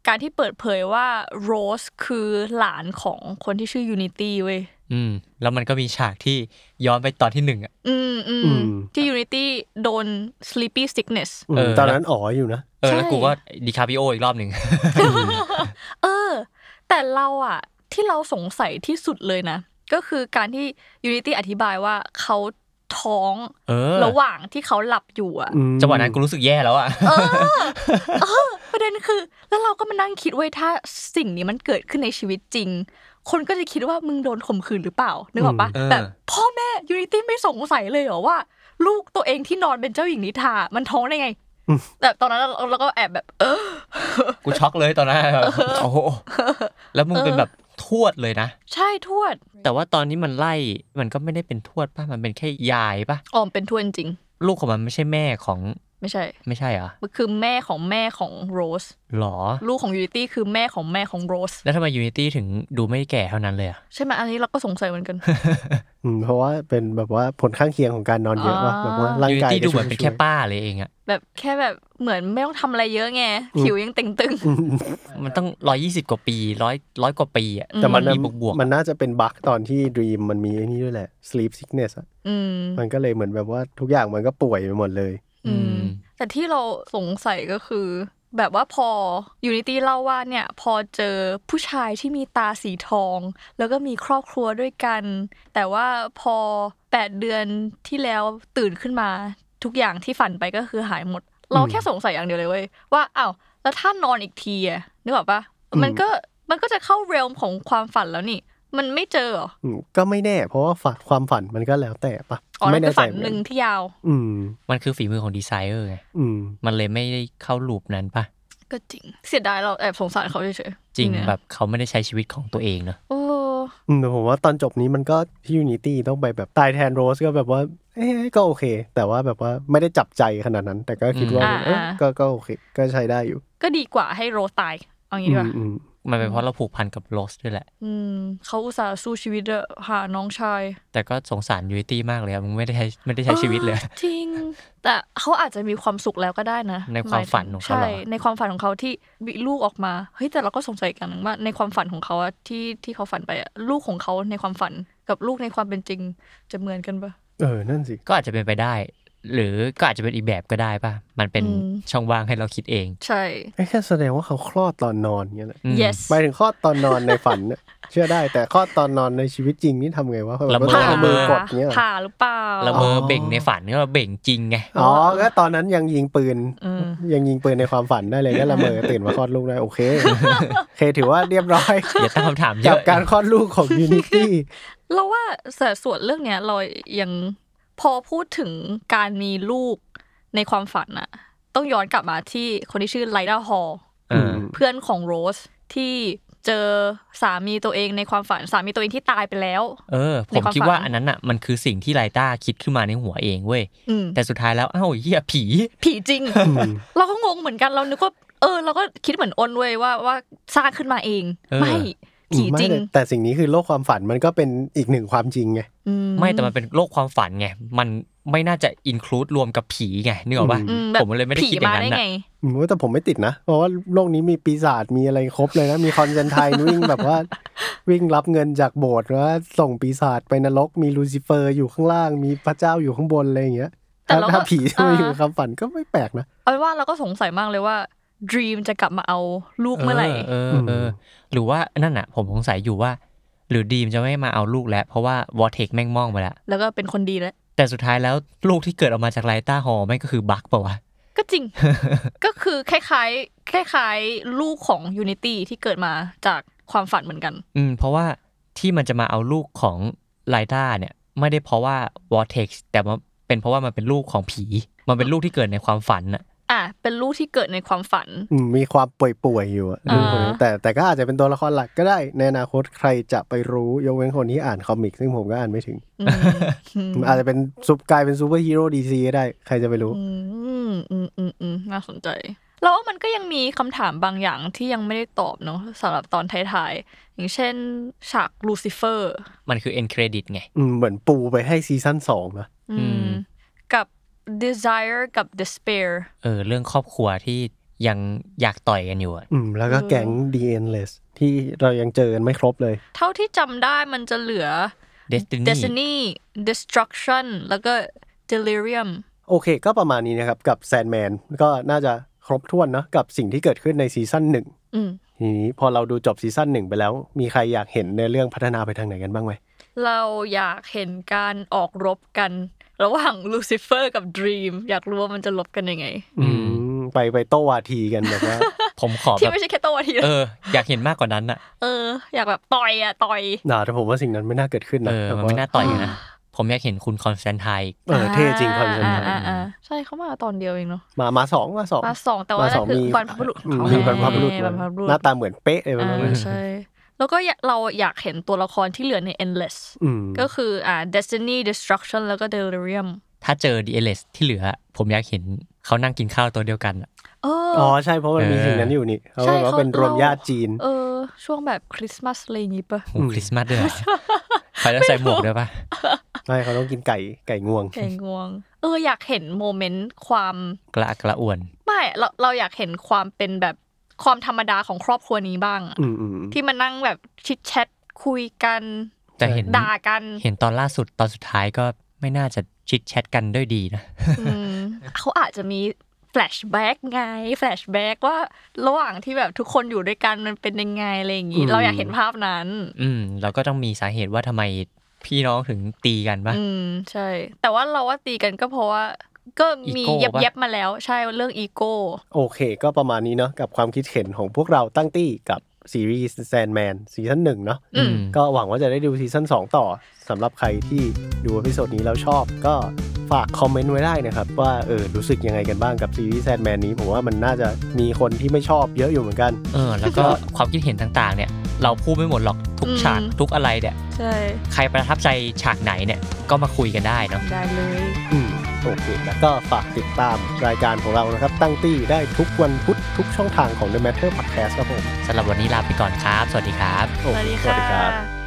การที่เปิดเผยว่าโรสคือหลานของคนที่ชื่อ Unity เว้ย
อืมแล้วมันก็มีฉากที่ย้อนไปตอนที่หนึ่งอ่ะ
อืมอื
อื
ม
ม
ที่ Unity โดน sleepy sickness
อืม
เออ
ตอนนั้นอ๋ออยู่นะ
เออแล้ว
ใช่
กูก็ดิคาปิโออีกรอบหนึ่ง
เออ แต่เราอะที่เราสงสัยที่สุดเลยนะ ก็คือการที่ Unity อธิบายว่าเขาท้อง
เออ
ระหว่างที่เขาหลับอยู่อะ
อืม
จังหวะนั้นกูรู้สึกแย่แล้วอ่ะ
เออเออประเด็นคือ แล้วเราก็มานั่งคิดเว้ยถ้าสิ่งนี้มันเกิดขึ้นในชีวิตจริง คนก็จะคิดว่ามึงโดนข่มขืนหรือเปล่านึกออกปะ
อืมเออ
แบบพ่อแม่ยูนิตี้ไม่สงสัยเลยเหรอว่า ลูกตัวเองที่นอนเป็นเจ้าหญิงนิทรามันท้องได้ไงแบบตอนนั้นเราเราก็แอบแบบ (gasps) เออ
กูช็อกเลยตอนนั้นแบบโอ้โหแล้วมึงเป็น
เออ
แบบทวดเลยนะ
ใช่ทวด
แต่ว่าตอนนี้มันไล่มันก็ไม่ได้เป็นทวดป่ะ มันเป็นแค่ยายป่ะ
ออมเป็นทวดจริง
ลูกของมันไม่ใช่แม่ของ
ไม่ใช่
ไม่ใช่เหรอ
มันคือแม่ของแม่ของโรส
หรอ
ลูกของยูนิตี้คือแม่ของแม่ของโรส
แล้วทำไมยูนิตี้ถึงดูไม่แก่เท่านั้นเลยอ่ะ
ใช่ไหมอันนี้เราก็สงสัยเหมือนกัน
อืมเพราะว่าเป็นแบบว่าผลข้างเคียงของการนอนเยอะว่ะ
อ๋อ
แบบว่าร่าง
ยูนิ
กาย
ตี้
จะ
ดูเหมือนเป็นแค่
ชุ่ย
ป้าเลยเองอ่ะ
แบบแค่แบบเหมือนไม่ต้องทำอะไรเยอะไงผิวยังเต่งตึง
มันต้องร้อยยี่สิบกว่าปีร้อยร้อยกว่าปีอ่ะ
แต่มัน
มีบวกบวกๆ
มันน่าจะเป็นบั๊กตอนที่ Dream มันมีไอ้นี่ด้วยแหละ sleep sickness อะ
อืม
มันก็เลยเหมือนแบบว่าทุกอย่างมันก็ป่วยไปหมดเลย
อืม
แต่ที่เราสงสัยก็คือ แบบว่าพอยูนิตี้เล่าว่าเนี่ย พอเจอผู้ชายที่มีตาสีทอง แล้วก็มีครอบครัวด้วยกัน แต่ว่าพอ 8 เดือนที่แล้วตื่นขึ้นมาทุกอย่างที่ฝันไปก็คือหายหมด เราแค่สงสัยอย่างเดียวเลยเว้ยว่าอ้าวแล้วถ้านอนอีกทีอะนึกออกปะมันก็มันก็จะเข้าเรลมของความฝันแล้วนี่ มันไม่เจอเหรอ
อืมก็ไม่แน่ เพราะว่าฝันความฝันมันก็แล้วแต่ปะ
อ๋อนั่
ไม่
น
แน่
คือ
ใจ
ฝัน
เหมือ
หนึ่งที่ยาว
อืม
มันคือฝีมือของดีไซเนอร์ไง
อืม
มันเลยไม่ได้เข้าลูปนั้นปะ
ก็จริง เสียดายเราแอบสงสารเขาเฉยๆ
จริง
นะ
แบบเขาไม่ได้ใช้ชีวิตของตัวเองเนอะ
โอ้
อืมแต่ผมว่าตอนจบนี้มันก็ที่ Unity ต้องไปแบบตายแทนโรสก็แบบว่า เอ๊ะก็โอเค แต่ว่าแบบว่าไม่ได้จับใจขนาดนั้น แต่ก็คิดว่า
อืม
เอ๊ะ
อ่า
ก็ก็โอเค ก็ใช้ได้อยู่
ก็ดีกว่าให้โรสตาย เอางี้
อืม
ดีกว่า
อืม
มันเป็นเพราะเราผูกพันกับโรสด้วยแหละ
อืมเขาอุตส่าห์สู้ชีวิตอะหาน้องชาย
แต่ก็สงสารยูนิตี้มากเลยอะมึงไม่ได้ใช้ไม่ได้ใช้ชีวิตเลย
ออจริง แต่เขาอาจจะมีความสุขแล้วก็ได้นะ
ในความฝันของเขาเหรอ
ใช่ ในความฝันของเขาที่มีลูกออกมา เฮ้ย แต่เราก็สงสัยกันหนึ่งว่าในความฝันของเขาอะที่ที่เขาฝันไปอะลูกของเขาในความฝันกับลูกในความเป็นจริงจะเหมือนกันปะ
เออ นั่นสิ
ก็อาจจะเป็นไปได้ หรือก็อาจจะเป็นอีกแบบก็ได้ป่ะ มันเป็น
อืม
ช่องว่างให้เราคิดเอง
ใช่
เอ๊ะแค่แสดงว่าเขาคลอดตอนนอนเงี้ยแหละ
อืม
yes
หมายถึงคลอดตอนนอนในฝัน (laughs) เนี่ยเชื่อได้แต่คลอดตอนนอนในชีวิตจริงนี่ทำไงวะแบบว่า
ละเมอ
ต้องเอามือกดเงี้ยเหรอ
ผ่าหรือเปล่า
ละเมอ
อ
เบ่งในฝันก็เบ่งจริ
(laughs)
งไง
อ๋อก็ตอนนั้นยังยิงปืน
อืม
ยังยิงปืนในความฝันได้เลยก็ละเมอ ตื่นมาคลอดลูกได้โอ
(laughs)
เคโอเคถือว่าเรียบร้อย
อย่าตั้งคำถามเย
กับ
อะ
การคลอดลูกของยูนิตี้
เราว่าสัดส่วนเรื่องเนี้ยเรายังพอพูดถึงการมีลูกในความฝันอะต้องย้อนกลับมาที่คนที่ชื่อไลด้าฮอล
เออ
เพื่อนของโรสที่เจอสามีตัวเองในความฝันสามีตัวเองที่ตายไปแล้ว
เออ ผ
ใน
ม
ความ
คิด
ฝัน
ว่าอันนั้นอ่ะมันคือสิ่งที่ไลต้าคิดขึ้นมาในหัวเองเว้ย
อืม
แต่สุดท้ายแล้วอ้าวเหี้ยผี
ผีจริ
(laughs)
ง เราก็งงเหมือนกันเรานึกว่าเออ เราก็คิดเหมือนอ้นเว้ยว่าว่าสร้างขึ้นมาเอง
เออ
ไม่ผีจริง
ไม่แต่แต่สิ่งนี้คือโลกความฝันมันก็เป็นอีกหนึ่งความจริงไง
อื
ไม่แต่มันเป็นโลกความฝันไง มันไม่น่าจะอินคลูดรวมกับผีไงนึกออกปะ
อืมแบบ
ผมเลยไม่ได้
ผี
คิดอย่าม
าง
นั้
ได้
นนะ
ไง
อืมแต่ผมไม่ติดนะ เพราะว่าโลกนี้มีปีศาจมีอะไรครบเลยนะ มีคอนเซนไทน์วิ่งแบบว่า วิ่งรับเงินจากโบสถ์แล้วส่งปีศาจไปนรก มีลูซิเฟอร์อยู่ข้างล่าง มีพระเจ้าอยู่ข้างบนอะไรอย่างเงี้ย
แต่
ถ้า
เราก็
ถ้าผีจะมา
อ่า
อยู่ในความฝันก็ไม่แปลกนะ
เอาเป็นว่าเราก็สงสัยมากเลยว่าดรีมจะกลับมาเอาลูกเมื่อไหร่
เออเออเออ หรือว่านั่นอ่ะ ผมสงสัยอยู่ว่า หรือดีมจะไม่มาเอาลูกแล้ว เพราะว่าวอเทคแม่งมองไปแล้ว
แล้วก็เป็นคนดีแล้ว
แต่สุดท้ายแล้วลูกที่เกิดออกมาจากไลต้าฮอลแม่งก็คือบั๊กเปล่าวะ
ก็จริง (laughs) ก็คือคล้ายๆ คล้ายๆ ลูกของ Unity ที่เกิดมาจากความฝันเหมือนกัน
อืมเพราะว่าที่มันจะมาเอาลูกของไลด้าเนี่ย ไม่ได้เพราะว่าวอเท็กซ์แต่ว่าเป็นเพราะว่ามันเป็นลูกของผี มันเป็นลูกที่เกิดในความฝันน่ะ
อ่ะเป็นลูกที่เกิดในความฝัน
อืมมีความป่วยๆอยู่อะ
อ่า
แต่แต่ก็อาจจะเป็นตัวละครหลักก็ได้ ในอนาคตใครจะไปรู้ยกเว้นคนที่อ่านคอมิก ซึ่งผมก็อ่านไม่ถึง (laughs)
อืม
อาจจะเป็นซุปกลายเป็นซูเปอร์ฮีโร่ดีซีก็ได้ ใครจะไปรู้
อืมอืมอืมอืมน่าสนใจ แล้วว่ามันก็ยังมีคำถามบางอย่างที่ยังไม่ได้ตอบเนาะสำหรับตอนท้ายๆ อย่างเช่นฉากลูซิเฟอร์
มันคือเอ็นเครดิตไง
อืมเหมือนปูไปให้ซีซั่นสองนะ
อื
อื
ม
ม
กับ desire กับ despair
เออเรื่องครอบครัวที่ยังอยากต่อยกันอยู่อะ
อืมแล้วก็แก๊ง d n l e s s ที่เรายังเจอกันไม่ครบเลย
เท่าที่จำได้มันจะเหลือ
เดสตินี
destiny destruction แล้วก็ delirium
โอเค ก็ประมาณนี้นะครับ กับแซนแมนก็น่าจะครบถ้วนเนอะกับสิ่งที่เกิดขึ้นในซีซั่นหนึ่ง
อืม
ทีนี้พอเราดูจบซีซั่นหนึ่งไปแล้ว มีใครอยากเห็นในเรื่องพัฒนาไปทางไหนกันบ้างไหม
เราอยากเห็นการออกรบกัน ระหว่างลูซิเฟอร์กับดรีมอยากรู้ว่ามันจะรบกันยังไง
อืม
อืมไปไปโต้วาทีกันแบบ
(laughs)
ว่า
ผมขอ
ที่
แบบ
ไม่ใช่แค่ตัวที
เอ
นะ
อ อยากเห็นมากกว่านั้นอ่ะ
เออ อยากแบบต่อยอ่ะ ต่อย
น่าแต่ผมว่าสิ่งนั้นไม่น่าเกิดขึ้น
เอ
นะ
อ
แบบ
มัน
ว่
ไม่น่าต่อยกันนะ ผมอยากเห็นคุณคอนสแตนไทน์อีก
เออเท่จริงคอนเซน
อ่า
ท
อ่าอ่าใช่เขามาตอนเดียวเองเนาะ
มามาสองมาสอง
มาสองแต่ว่านั่น
มาส
คือ
องมี
บรรพบุรุษของเขา
มีบรรพบุรุษ
ไงบรรพบุรุษ
หน้าตาเหมือนเป๊ะเลยประมาณนั้
อ่านใช่ แล้วก็อยากเราอยากเห็นตัวละครที่เหลือใน endless
อืม
ก็คืออ่า destiny destruction แล้วก็ delirium
ถ้าเจอดีเอลสที่เหลือ ผมอยากเห็นเขานั่งกินข้าวโตัวเดียวกันอะ
เอ
อ๋อ
อ
ใช่เพราะมันมี
เออ
สิ่งนั้นอยู่นี่เขา
ใช่
บอกว่า
เขา
เป็นรวม
เรา
ญาติจีน
เออ ช่วงแบบคริสต์มาสอะไรอย่างงี้ปะ
โหคริสต์มาส
(laughs)
ด้วยเหรอใครต้องใส่หมวกด้วยปะ
ใช่เขาต้องกินไก่ไก่งวง
ไก่งวง เอออยากเห็นโมเมนต์ความ
กระอักกระอ่วน
ไม่เราเราอยากเห็นความเป็นแบบความธรรมดาของครอบครัวนี้บ้างอะ
อืมอืม
ที่มานั่งแบบชิดแชทคุยกัน
แต่เห็น
ด่ากัน
เห็นตอนล่าสุดตอนสุดท้ายก็ไม่น่าจะชิดแชทกันด้วยดีนะ
อืมเขาอาจจะมีแฟลชแบ็กไงแฟลชแบ็กว่าระหว่างที่แบบทุกคนอยู่ด้วยกันมันเป็นยังไงอะไรอย่างงี้เราอยากเห็นภาพนั้น
อืมเราก็ต้องมีสาเหตุว่าทำไมพี่น้องถึงตีกันปะ
อืมใช่ แต่ว่าเราว่าตีกันก็เพราะว่า ก็มี
อีโก้
เย็บ
ปะ
เย็บๆมาแล้ว ใช่เรื่องอีโก้
โอเค ก็ประมาณนี้เนาะกับความคิดเห็นของพวกเราตั้งตี้กับซีรีส์แซนแมนซีซั่นหนึ่งเนาะ
อืม
ก็หวังว่าจะได้ดูซีซั่น2 ต่อสำหรับใครที่ดูอพิโซดนี้แล้วชอบ ก็ฝากคอมเมนต์ไว้ได้นะครับ ว่าเออรู้สึกยังไงกันบ้างกับซีรีส์แซนแมนนี้ ผมว่ามันน่าจะมีคนที่ไม่ชอบเยอะอยู่เหมือนกัน
เออ แล้วก็ความคิดเห็นต่างๆ เนี่ย เราพูดไม่หมดหรอกทุกฉาก
อืม
ทุกอะไรเนี่ย
ใช่
ใครประทับใจฉากไหนเนี่ย ก็มาคุยกันได้เนาะ
ได้เลย
อืมโอเคแล้วก็ฝากติดตามรายการของเรานะครับ ตั้งตี้ได้ทุกวันพุธทุกช่องทางของ The Matter Podcast ครับผม
สำหรับวันนี้ลาไปก่อนครับ สวัสดีครับ
โอ
สวัส
เค
ดี
สวัสดีค
ค่ะ
รับ
บ